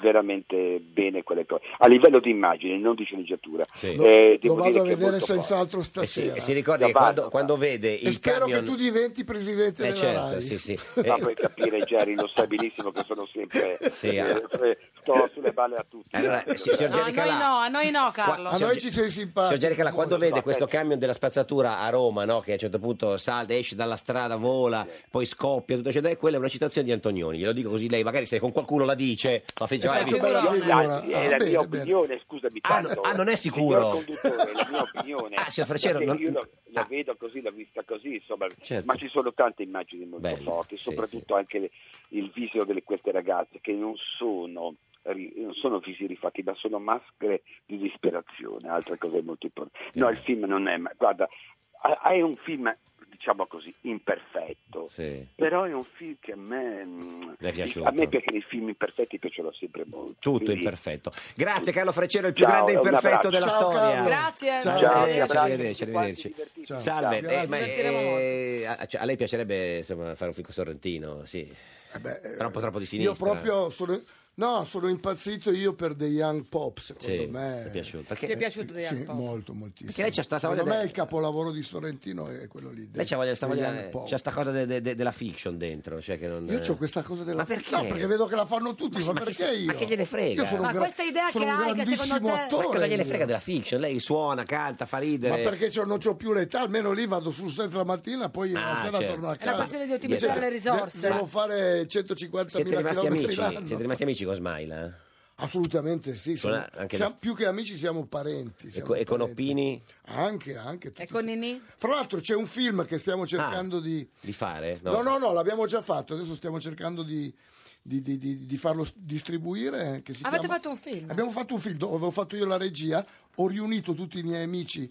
veramente bene quelle cose a livello di immagine, non di sceneggiatura.
Lo,
Eh,
lo
devo
vado
dire
a
che è
vedere
molto
senz'altro
Eh sì,
stasera.
si ricorda che quando, quando vede il
Spero
camion...
che tu diventi presidente
Eh,
della
certo,
RAI.
*laughs* sì,
*laughs*
sì.
Ma
Eh,
puoi capire Jerry, lo sai benissimo che sono sempre
Sì,
eh,
allora-
eh, sto sulle balle a tutti.
Allora,
eh,
sì, signor
No, a
Jerry
noi
Calà,
no, a noi no Carlo.
Qua- A noi ci
sei simpatico.
Signor Gericala, quando vede
eh,
questo camion della spazzatura a Roma, no, che a un certo punto salta, esce dalla strada, vola, poi scoppia, tutto ciò, quella è una citazione di Antonioni, glielo dico così lei, magari se con qualcuno la dice, fa
Eh,
figura.
faccio parlare io, anzi, è la mia opinione, scusami.
Ah, no-
tanto,
ah, non è
Signor
sicuro?
conduttore, è la mia opinione.
*laughs* Ah, signor Frecero,
Perché
non- Ah.
Io la, la vedo così, l'ho vista così, insomma.
Certo.
Ma ci sono tante immagini molto
Bello,
forti,
sì,
soprattutto anche le- il viso di queste ragazze che non sono ri- non sono visi rifatti ma sono maschere di
Eh.
disperazione altra cosa molto importante no il film non è ma guarda a- è un film diciamo così, imperfetto.
Sì.
Però è un film che a me mm,
Le è piaciuto.
A me piacciono i film imperfetti, piacciono sempre molto.
Tutto
Quindi-
imperfetto. Grazie Carlo Frecciero, il più
Ciao,
grande
un
imperfetto
abbraccio.
della
Ciao,
storia.
Carlo.
Grazie.
Ciao,
Ciao,
arrivederci,
abbracci,
arrivederci, arrivederci.
Ciao.
Salve,
Grazie.
Eh, ma,
Ci
sentiremo
eh, a- cioè, a lei piacerebbe insomma, fare un film con Sorrentino? Sì. troppo, troppo di sinistra.
Eh Io proprio sono, no, sono impazzito io per dei Young Pop, secondo
Sì,
me. Eh,
ti è piaciuto. Perché- Ti è
piaciuto The Young
Sì,
Pop?
molto, moltissimo.
Perché lei c'ha sta
secondo
voglia
me
de-
il capolavoro di Sorrentino è quello lì.
Lei c'ha voglia, sta
dei
voglia-
Young Pop.
c'ha sta cosa de- cioè, de- de- della fiction dentro. Cioè che non,
Io ho questa cosa della...
Ma perché?
Cioè, No, perché vedo che la fanno tutti, ma, perché
chi-
io?
ma che gliene frega?
Io sono
Ma
un gra-
questa idea
sono
che
un
hai, che secondo te...
grandissimo
Ma
attore.
cosa gliene frega
io.
della fiction? Lei suona, canta, fa ridere.
Ma perché c'ho- non ho più l'età, almeno lì vado sul set la mattina, poi
Ah,
la sera
certo.
torno a
È
casa.
una questione di ottimizzare
Cioè,
le risorse.
de- Devo
Ma-
fare 150.000
Siete rimasti
chilometri
amici?
l'anno.
Siete rimasti amici con Smaila?
Assolutamente sì. siamo-
Suona anche
siamo-
la-
Più che amici siamo parenti.
E,
siamo
co- e con
parenti.
Oppini
Anche, anche.
E con Nini?
Fra l'altro c'è un film che
Ah.
stiamo cercando di...
di fare?
No. no, no, l'abbiamo già fatto, adesso stiamo cercando di, di- di- di- di farlo s- distribuire. eh, che si
Avete
chiama-
fatto un film?
Abbiamo fatto un film dove avevo fatto io la regia, ho riunito tutti i miei amici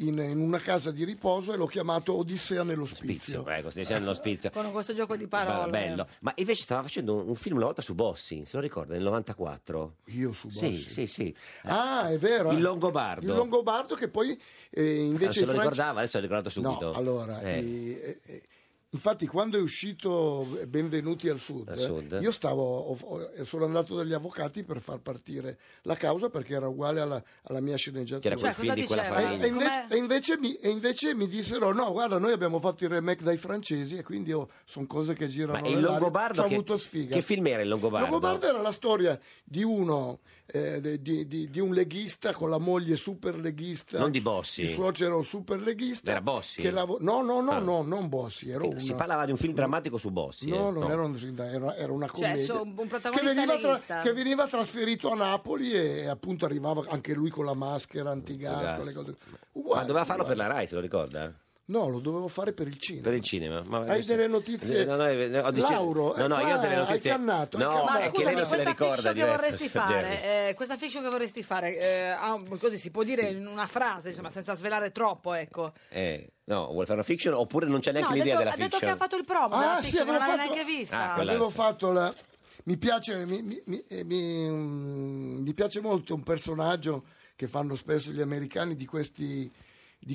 in, in una casa di riposo e l'ho chiamato Odissea nello
Spizio,
spizio.
ecco, stiamo dicendo lo spizio.
*laughs* Con questo gioco di
Ma
parole.
bello. Ma invece stava facendo un, un film una volta su Bossi, se lo ricorda, nel 94.
Io su
Sì,
Bossi?
sì, sì.
Ah, è vero.
Il Longobardo.
Il Longobardo che poi eh,
Ah, non se
invece...
lo
i franci-
ricordava, adesso l'ho ricordato subito.
No, allora,
Eh,
eh, eh, infatti quando è uscito Benvenuti al Sud,
Al Sud.
eh, io stavo, ho- ho- sono andato dagli avvocati per far partire la causa perché era uguale alla, alla mia
Che
sceneggiatura.
era quel Cioè, film cosa di quella diceva? famiglia.
E, e invece, e invece mi, e invece mi dissero no, guarda, noi abbiamo fatto il remake dai francesi e quindi sono cose che
ma
girano.
il
nell'aria. Ci
Longobardo
ho
che,
avuto sfiga.
che film era il Longobardo?
Longobardo era la storia di uno, eh, de- di, di- di un leghista con la moglie super leghista.
Non di Bossi.
Il suocero super leghista.
Era Bossi?
Che lavo- no, no, no,
Ah.
no, non Bossi, era uno.
Si parlava di un film drammatico su Bossi.
No,
eh?
non era, un film, era, era una
Cioè,
commedia.
so- un protagonista
che, veniva
leghista.
che veniva trasferito a Napoli e appunto arrivava anche lui con la maschera antigas.
Gas.
con le cose-
Ma
Uguale,
doveva farlo per
uguale.
la Rai, se lo ricorda?
No, lo dovevo fare per il cinema.
Per il cinema. Ma
Hai delle notizie?
No, no, no, ho dice-
Lauro,
no, no,
eh,
io ho delle
qua hai
notizie.
cannato, hai
no,
cannato.
è
Ma
che
scusami,
lei non se le
questa
ricorda
fiction che
diverse,
vorresti
Jerry.
fare, eh, questa fiction che vorresti fare, eh, ah, così si può dire in una frase, insomma, senza svelare troppo, ecco.
Eh, no, vuole fare una fiction oppure non c'è
No,
neanche
ha
l'idea
detto,
della
ha detto
fiction?
che ha fatto il promo
Ah,
della
sì,
fiction, non
avevo
l'aveva
fatto-
neanche vista.
Ah, quella-
Avevo
sì.
fatto la. Mi piace, mi, mi- mi- eh, mi- mm, mi piace molto un personaggio che fanno spesso gli americani di questi, di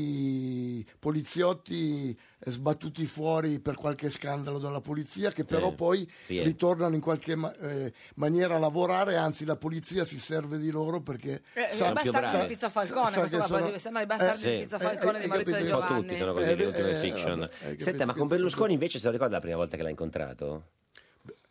questi poliziotti eh, sbattuti fuori per qualche scandalo dalla polizia, che però poi
sì, eh.
ritornano in qualche ma- eh, maniera a lavorare, anzi la polizia si serve di loro perché...
Eh, eh,
sa-
più
bastardi
bravi.
di Pizza Falcone,
Sa
questo
che
qua
sono-
deve sembrare il bastardi
Eh,
di Pizza
sì.
Falcone
Eh,
di
eh,
Maurizio
hai
De
Un
capito?
po'
Giovanni.
tutti sono così,
Eh,
le ultime
eh,
fiction.
vabbè, hai capito,
Senta, ma con
questo-
Berlusconi invece se lo ricorda la prima volta che l'ha incontrato?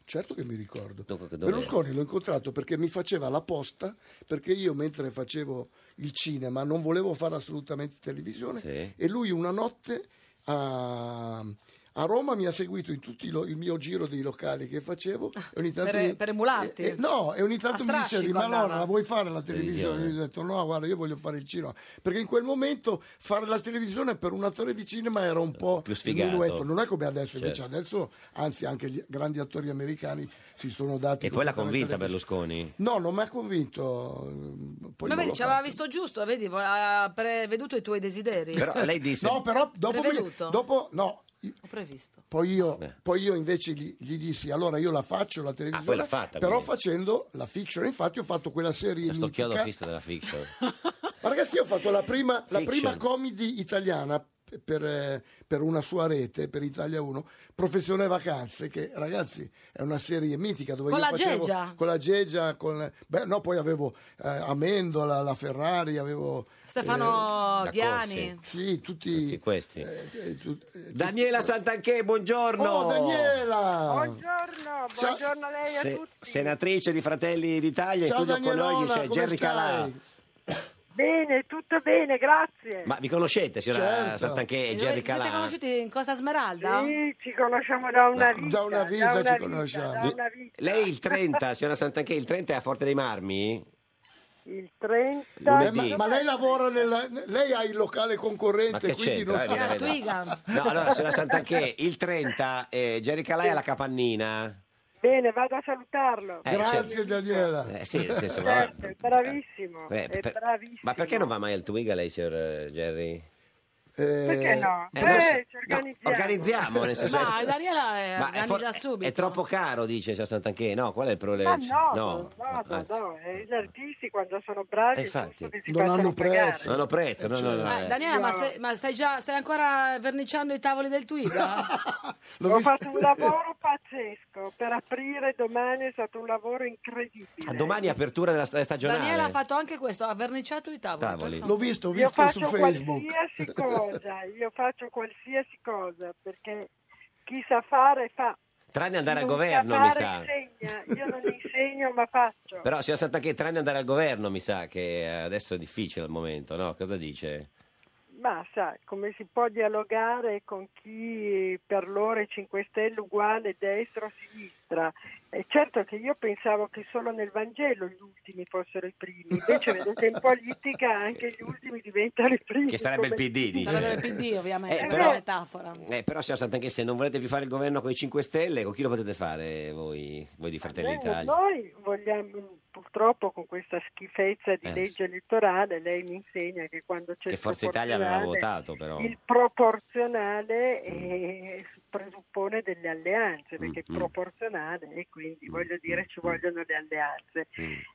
Certo che mi ricordo.
Dunque, che dov'era?
Berlusconi l'ho incontrato perché mi faceva la posta, perché io mentre facevo il cinema non volevo fare assolutamente televisione
Sì.
e lui una notte a, a Roma mi ha seguito in tutto il mio giro dei locali che facevo e ogni tanto
Ah, per-
mi-
per emularti?
Eh, eh, no, e ogni tanto
A
mi dicevi
strascico
ma allora
andava."
la vuoi fare la televisione?
Televisione.
Io ho detto no, guarda, io voglio fare il cinema, perché in quel momento fare la televisione per un attore di cinema era un po'
Più sfigato.
diminuendo. non è come adesso, invece
Certo.
adesso anzi anche gli grandi attori americani si sono dati
E poi l'ha
completamente
convinta
alle-
Berlusconi?
No, non mi ha convinto. mm, Poi
Ma
non
vedi,
l'ho
ci aveva
fatto.
visto giusto, vedi, ha preveduto i tuoi desideri.
Però lei disse...
No, però dopo, mi-
Preveduto.
dopo no,
Ho
Certo.
previsto.
poi io, poi io invece gli, gli dissi allora io la faccio la
Ah, poi
televisione,
l'ha fatta,
però
quindi.
facendo la fiction, infatti ho fatto quella serie
C'è sto chiodo
mitica.
fisso della
*laughs*
fiction.
Ma ragazzi, io ho fatto la prima, la
Fiction.
prima comedy italiana per, eh, per una sua rete, per Italia 1, Professione Vacanze, che ragazzi è una serie mitica dove
Con
io
la
facevo
Geggia?
con la Geggia, con beh, no, poi avevo eh, Amendola, la Ferrari, avevo eh,
Stefano
Da
Ghiani.
sì, tutti
Tutti questi.
eh, tu- eh,
Daniela Santanchè, buongiorno!
Oh, Daniela!
Buongiorno, buongiorno a lei e a
Se-
tutti.
senatrice di Fratelli d'Italia, in
Ciao,
studio con noi
Danielona,
c'è
come
Gerry
stai?
Calà.
Bene, tutto bene, grazie.
Ma vi conoscete, signora
Certo.
Santanchè e Gerry
Eh, Siete
Calà?
conosciuti in Costa Smeralda?
Sì, ci conosciamo da una vita.
Da una vita
da
ci
una
conosciamo.
da una vita.
Lei il
*laughs*
30, signora Santanchè, il 30 è a Forte dei
*laughs*
Marmi?
Il 30
Eh,
Lunedì.
ma, ma lei lavora nella, lei ha il locale
Ma
concorrente,
che
quindi
c'entra?
non-
Eh, viene a
Era
vedere.
Twiga.
No, allora, signora Santanchè, il 30 eh, Jerry Calà è alla Capannina.
Bene, vado a salutarlo.
Eh,
Grazie Daniela.
Eh, sì, nel senso, ma-
Certo, è bravissimo.
Eh,
è
per-
bravissimo.
Ma perché non va mai al Twiga lei, signor eh, Jerry?
Eh, Perché
no?
eh, non so-
Eh, ci organizziamo.
organizziamo, nel senso-
Ma Daniela eh,
Ma è, for-
organizza subito.
è troppo caro, dice Sant'Anché. No, qual è il problema?
Ma no,
eh,
no,
no,
no,
anzi.
no, eh, gli artisti quando sono bravi
Eh, infatti.
giusto che si Cioè,
Non
facciano
hanno
pagare.
prezzo.
Non ho prezzo, no, no, no,
Ma,
eh.
Daniela, ma, sei- ma stai già stai ancora verniciando i tavoli
*laughs*
del Twitter?
L'ho
Ho
visto-
fatto un lavoro pazzesco per aprire domani è stato un lavoro incredibile.
Ah, domani è apertura della sta- stagionale.
Daniela ha fatto anche questo, ha verniciato i tavoli.
Tavoli.
persone.
L'ho visto, ho
io
visto
faccio
su Facebook.
qualsiasi cosa, io faccio qualsiasi cosa perché chi sa fare fa.
*laughs* Tranne andare al
Chi non sa
governo, mi sa.
fare insegna. Io non insegno ma faccio.
Però, signor Sant'Anché, tranne andare al governo, mi sa che eh, adesso è difficile al momento, no? Cosa dice?
Ma sa, come si può dialogare con chi per loro è 5 Stelle uguale destra o sinistra? E certo che io pensavo che solo nel Vangelo gli ultimi fossero i primi, invece vedete in politica anche gli ultimi diventano i primi.
Che sarebbe il
come-
PD, dice.
Sarebbe il PD, ovviamente,
Eh,
è
però-
una metafora.
Eh, però, signor Sant'Anché, se non volete più fare il governo con i 5 Stelle, con chi lo potete fare voi, voi di Fratelli
Noi,
d'Italia?
Eh, noi vogliamo, purtroppo con questa schifezza di
Eh,
legge elettorale, lei mi insegna che quando c'è
Che
il
Forza Italia aveva
proporzionale-
votato, però.
Il proporzionale eh, presuppone delle alleanze, perché
Mm,
è proporzionale e quindi voglio dire ci vogliono le alleanze.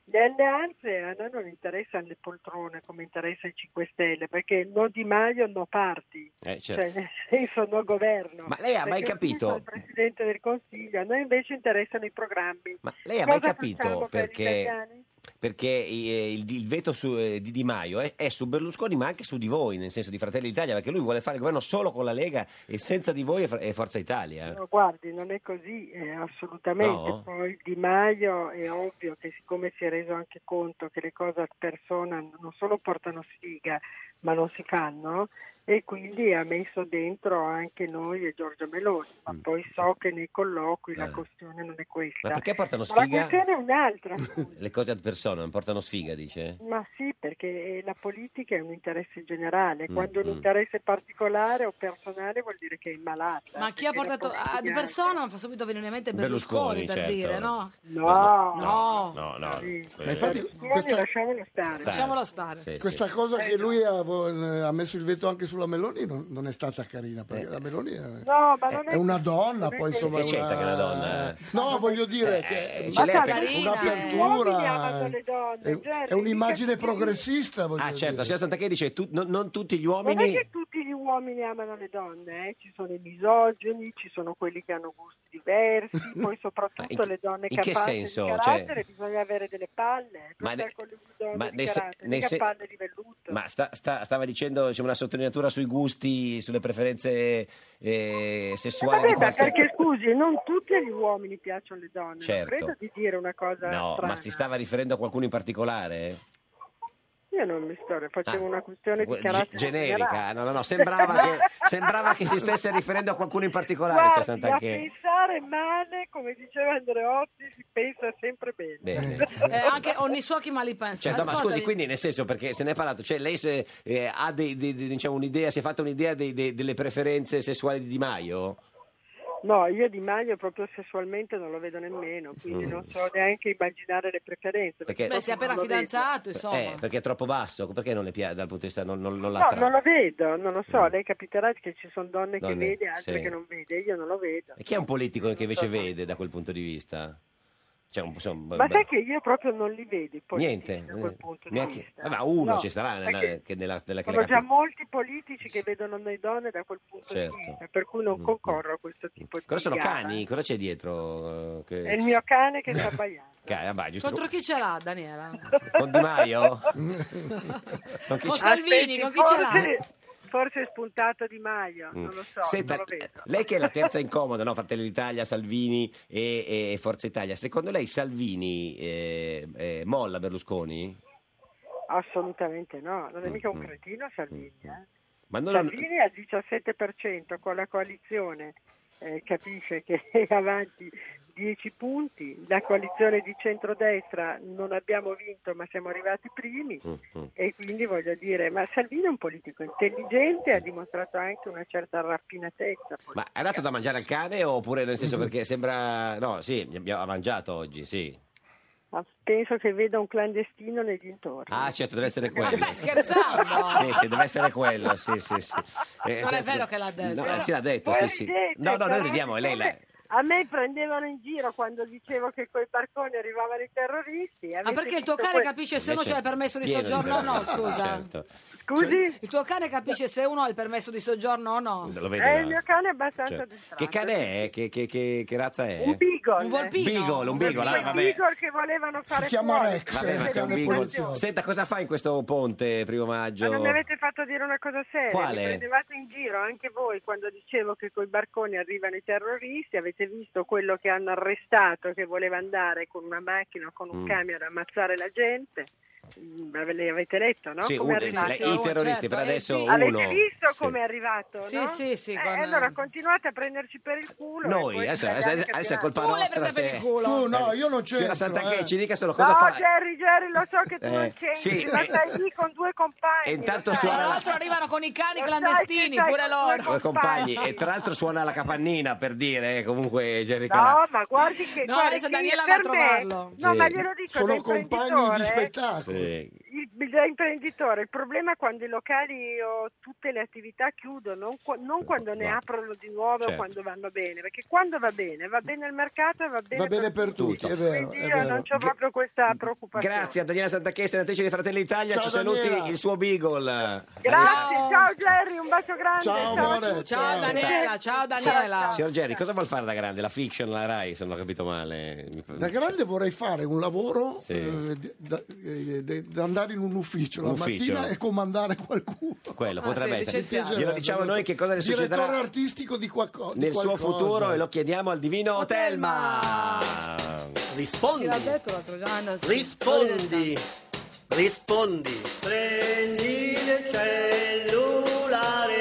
Le alleanze a noi non interessano le poltrone come interessa il 5 Stelle, perché no Di Maio no parti,
Eh, certo.
cioè nel senso no governo.
Ma lei ha mai
Perché
capito-
lui fa il Presidente del Consiglio, a noi invece interessano i programmi.
Ma lei ha
Cosa
mai
facciamo
capito
per gli
perché,
italiani?
perché i- il, il veto su- eh, di Di Maio è, è su Berlusconi ma anche su di voi, nel senso di Fratelli d'Italia, perché lui vuole fare il governo solo con la Lega e senza di voi e, Fra- e Forza Italia.
No, guardi, non è così, eh, assolutamente.
Certo. No?
Poi Di Maio è ovvio che siccome si è reso anche conto che le cose a persona non solo portano sfiga, ma non si fanno, e quindi ha messo dentro anche noi e Giorgio Meloni, ma poi so che nei colloqui la
Mm. Eh.
questione non è questa.
Ma perché portano
Ma
sfiga?
La questione
*laughs*
è un'altra.
Le cose ad persona non portano sfiga, dice?
Ma sì, perché la politica è un interesse generale,
Mm,
quando un
mm.
interesse particolare o personale vuol dire che è malata.
Ma chi ha
perché la
portato a di
politica-
persona mi fa subito venire in mente
Berlusconi,
Berlusconi, per
certo.
dire, no?
No,
No.
No, no.
Sì.
Eh,
Ma infatti
Quindi
questa-
lasciamolo stare.
Stare.
Lasciamolo stare.
Sì, sì.
Questa cosa che lui ha, ha messo il veto anche sulla Meloni non, non è stata carina,
Eh.
perché la Meloni è,
No, ma non
è una donna, poi insomma...
Che
è
c'entra
una-
che è una donna?
No, voglio dire,
Eh,
che
ce l'è per-
un'apertura, è,
Carina, eh. Uomini amano le donne,
è un'immagine
Gerry,
progressista, voglio
Ah certo,
dire.
signor Sant'Anché dice tu- non, non tutti gli
Non è
uomini...
che tutti gli uomini amano le donne, eh, ci sono i misogini, ci sono quelli che hanno gusti
*laughs*
diversi, poi soprattutto
Ma in-
le donne
in che
capaci
senso?
di
Cioè-
carattere, bisogna avere delle palle,
Ma
ma
ne-
con le donne
ma
di
nei se-
carattere,
nei
mica
se-
palle di velluto.
Ma sta- sta- stava dicendo diciamo, una sottolineatura sui gusti, sulle preferenze eh, sessuali
Vabbè,
di
ma
qualche...
perché scusi, non tutti gli uomini piacciono le donne,
Certo.
non credo di dire una cosa
No,
strana.
ma si stava riferendo a qualcuno in particolare?
Io non mi sto, facevo
Ah.
una questione di
Ge-
carattere
generica,
generale.
no, no, no, sembrava che, sembrava che si stesse riferendo a qualcuno in particolare, signor
Guardi, a
Sant'Anché.
pensare male, come diceva Andreotti, si pensa sempre bene.
Bene.
Eh, anche ogni suochi ma li pensa.
Cioè, no, ma
Ascoltami.
scusi, quindi nel senso perché se ne è parlato, cioè lei se, eh, ha dei, dei- dei- diciamo, un'idea, si è fatta un'idea dei- dei- delle preferenze sessuali di Di Maio?
No, io Di Maio proprio sessualmente non lo vedo nemmeno, quindi
Mm.
non so neanche immaginare le preferenze.
Perché-
Beh, si è
proprio
appena
non lo vedo.
fidanzato, insomma.
Eh, perché è troppo basso, perché non le piace dal punto di vista, non, non, non
No,
l'attrae?
non lo vedo, non lo so, lei capiterà che ci sono donne,
Mm. Donne,
che vede, altre
sì.
che non vede, io non lo vedo.
E chi è un politico che invece vede da quel punto di vista? Cioè, un, insomma,
Esatto. Ma
beh,
sai che io proprio non li vedo i politici
Niente,
da quel punto di
neanche-
vista.
vabbè, uno
No,
ci sarà nella-
perché
che nella, nella che
Sono
la
già
capi-
molti politici che vedono noi donne da quel punto
Certo.
di vista, per cui non concorro a questo tipo di
Cosa sono
gara.
cani? Cosa c'è dietro? eh, Che...
È il mio
*laughs*
cane che sta sbagliando.
Ca- vabbè, giusto.
Contro chi ce l'ha, Daniela?
*laughs*
Con Di Maio? *laughs* Con chi
Con
c'è?
Salvini, con chi ce l'ha?
forse, forse è spuntato Di Maio, non lo so,
Mm. Senta,
non lo vedo.
lei che è la terza incomoda, no? Fratelli d'Italia, Salvini e, e Forza Italia, secondo lei Salvini eh, eh, molla Berlusconi?
*laughs* Assolutamente no, non è mica
Mm,
un cretino Salvini. eh.
Ma non
Salvini al 17% con la coalizione, eh, capisce che *laughs* è avanti 10 punti, la coalizione di centrodestra non abbiamo vinto ma siamo arrivati primi
Mm,
e quindi voglio dire, ma Salvini è un politico intelligente, ha dimostrato anche una certa raffinatezza.
Ma è dato da mangiare al cane oppure nel senso perché sembra... No, sì, abbiamo- ha mangiato oggi, sì.
Ah, Penso che veda un clandestino nei dintorni.
Ah, certo, deve essere quello.
stai scherzando?
*laughs* Sì, sì, deve essere quello. Sì, sì, sì. Eh,
Non è
sì,
vero che l'ha detto.
No, eh, sì, l'ha detto, sì,
Voi
sì.
ridete,
No, no, noi
però-
ridiamo, è lei la...
A me prendevano in giro quando dicevo che coi barconi arrivavano i terroristi.
Ma perché il tuo cane capisce Cioè, se uno
Invece-
c'è il permesso di
pieno di
soggiorno o no,
vergogna,
scusa?
certo.
Scusi? cioè, Il tuo cane capisce se uno ha il permesso di soggiorno o no?
Lo vede, Eh, no? il mio
cane è abbastanza
Certo. Che cane è? Che, che- che- che razza è? Un
beagle.
Un volpino.
Eh. Beagle, un beagle, ah,
I
vabbè.
Beagle che volevano fare fuori.
Vabbè, ma sei un beagle. Senta, cosa fai in questo ponte primo
Ma non
maggio?
mi avete fatto dire una cosa seria,
Quale?
mi prendevate in giro anche voi quando dicevo che coi barconi arrivano i terroristi, avete visto quello che hanno arrestato che voleva andare con una macchina o con un
Mm.
camion ad ammazzare la gente, Mm, ve le avete letto no?
Sì,
come
uno-
è arrivato?
sì,
Oh,
i terroristi, per adesso uno.
Avete visto
Sì.
come è arrivato?
certo, eh, Sì,
no?
sì, sì,
Eh,
con-
Allora continuate a prenderci per il culo.
Noi, eh, adesso, adesso- adesso è colpa nostra. se-
Tu no, io non c'entro.
Signora Sant'Anchè,
eh.
ci dica solo cosa
No,
fa.
Jerry, Jerry, lo so che tu
Eh,
non c'entri,
sì.
ma stai lì con due compagni.
E intanto
lo sai.
suona
Tra
la-
l'altro arrivano con i cani
Lo sai
clandestini,
che sai
pure
cosa
loro.
Due compagni. E tra l'altro suona la capannina per dire, eh, comunque, Jerry Calà.
*laughs*
No, Ah, ma guardi che
No,
guardi
adesso
che
Daniela
per
va a
me-
trovarlo.
No,
Sì.
ma glielo dico
Sono
da
compagni
imprenditore,
di spettacolo.
Sì.
il- Da imprenditore, il problema è quando i locali o tutte le attività chiudono, non, qua- non quando ne
no.
aprono di nuovo
Certo.
o quando vanno bene, perché quando va bene, va bene il mercato e va bene,
Va bene per tutti, è vero.
Quindi
è
io
vero.
non ho proprio questa preoccupazione.
Grazie a Daniela Sant'Anchè, senatrice di Fratelli Italia.
Ciao,
ci saluti
Daniela.
il suo Beagle.
Grazie, ciao, Jerry, un bacio grande.
Ciao, amore,
a tutti.
Ciao Daniela, ciao Daniela.
Signor Jerry, cosa vuol fare da grande? La fiction, la Rai, se non ho capito male. Mi-
Da grande vorrei fare un lavoro,
Sì.
eh, di- da, eh, de- da andare in un ufficio la
Ufficio.
mattina e comandare qualcuno.
Quello
Ah,
potrebbe
sì,
essere.
licenziato.
Glielo diciamo noi che cosa le
Direttore
succederà
artistico di, qualco- Oh, di
nel suo
qualcosa.
futuro e lo chiediamo al divino Telma.
Chi
Rispondi,
l'ha detto l'altro giorno? Ah, no,
esatto.
sì.
rispondi, rispondi. Prendi il cellulare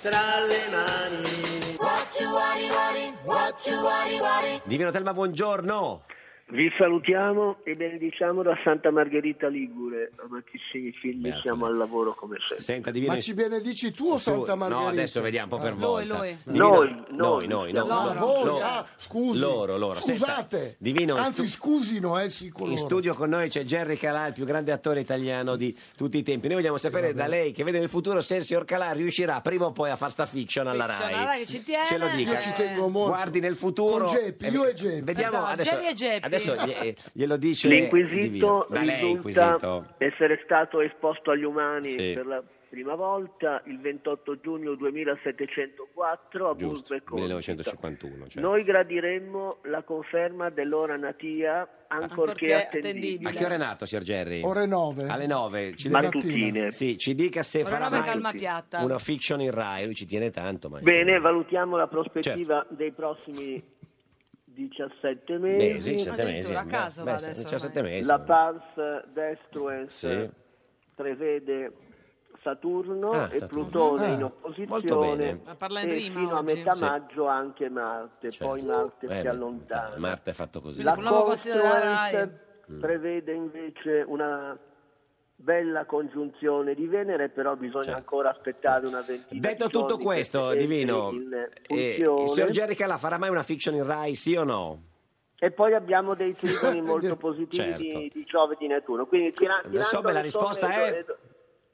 tra le mani.
What you worry, worry, what you worry, worry.
Divino Telma, buongiorno.
Vi salutiamo e benediciamo da Santa Margherita Ligure, amatissimi figli, siamo al lavoro come sempre.
Senta, divino.
Ma ci benedici tu o Santa Margherita?
No, adesso vediamo un po' per
Lui,
volta.
lui.
Divino-
Noi,
noi, noi, no,
Ah, Loro.
no,
Voi,
loro.
ah, scusi.
Loro, loro. Senta,
Scusate.
divino, in stu-
Anzi, scusino, eh, sì, coloro.
in studio con noi c'è Jerry Calà, il più grande attore italiano di tutti i tempi. Noi vogliamo sapere da lei che vede nel futuro se il signor Calà riuscirà prima o poi a far sta fiction alla
Fiction,
Rai.
alla Rai che ci tiene. Eh,
Ce lo
Eh,
dica.
Io ci tengo
molto.
Guardi nel futuro. Eh,
Con Geppi, io e Geppi.
Vediamo
Esatto,
adesso.
Jerry e Geppi.
Adesso gli- eh, glielo dice Divino.
L'inquisito
Da lei,
risulta
inquisito.
essere stato esposto agli umani
Sì.
per la prima volta il 28 giugno 2704 a Burgo
Giusto,
e Condita.
1951. cioè.
Noi gradiremmo la conferma dell'ora natia ancorché
Ancorché
attendibile.
A che ora è nato, signor Jerry?
Ore 9.
Alle 9. Ci
Mattutine.
Sì, ci dica se
Ora
farà
nove
mai
calma piatta.
una fiction in Rai. Lui ci tiene tanto. Ma
Bene, valutiamo la prospettiva
Certo.
dei prossimi
*laughs*
17 mesi.
Mesi, 17 mesi.
Addirittura, a caso
Beh,
va
se-
adesso
17 mesi.
La Pars Destruens
Sì.
prevede Saturno
Ah,
e
Saturno.
Plutone
Ah,
in
molto bene.
opposizione
Ma parla in
e
rima
fino a
oggi.
metà
Sì.
maggio anche Marte,
Certo.
poi Marte
Eh,
si
beh,
allontana.
Marta è fatto così. Mm.
La
Quindi non lo considererai.
Constituent prevede invece una bella congiunzione di Venere, però bisogna
Certo.
ancora aspettare una ventina
Detto
di
tutto
giorni
questo,
perché
Divino,
entri in
eh,
funzione.
il signor Jerry Calà farà mai una fiction in Rai, sì o no?
E poi abbiamo
*laughs*
dei trigoni molto positivi
Certo.
di, di Giove e di Nettuno. Quindi tira- tirando
Insomma, la
le
risposta
somme,
è-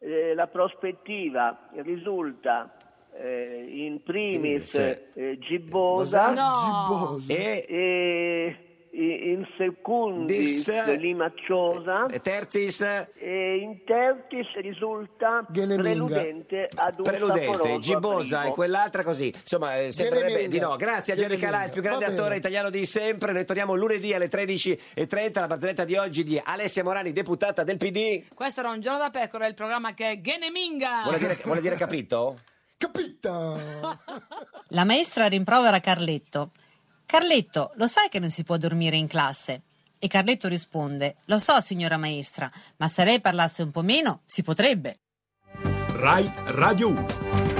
eh, la prospettiva risulta eh, in primis
Eh,
eh, gibbosa,
No.
E
e i- in secundis
Dis-
limacciosa
e terzis?
e in tertis risulta
Geneminga.
preludente ad un
Preludente,
saporoso
Gibosa e
aprivo.
quell'altra così. Insomma, eh, sembrerebbe
Geneminga.
di no. Grazie a Jerry
Geneminga.
Calà, il più grande
Va bene.
attore italiano di sempre. Noi torniamo lunedì alle 13.30. La barzelletta di oggi di Alessia Morani, deputata del PD.
Questo era un giorno da pecora, il programma che è Geneminga.
Vuole dire, vuole dire capito?
*laughs* La maestra rimprovera Carletto. Carletto, lo sai che non si può dormire in classe? E Carletto risponde, lo so signora maestra, ma se lei parlasse un po' meno, si potrebbe.
Rai Radio 1.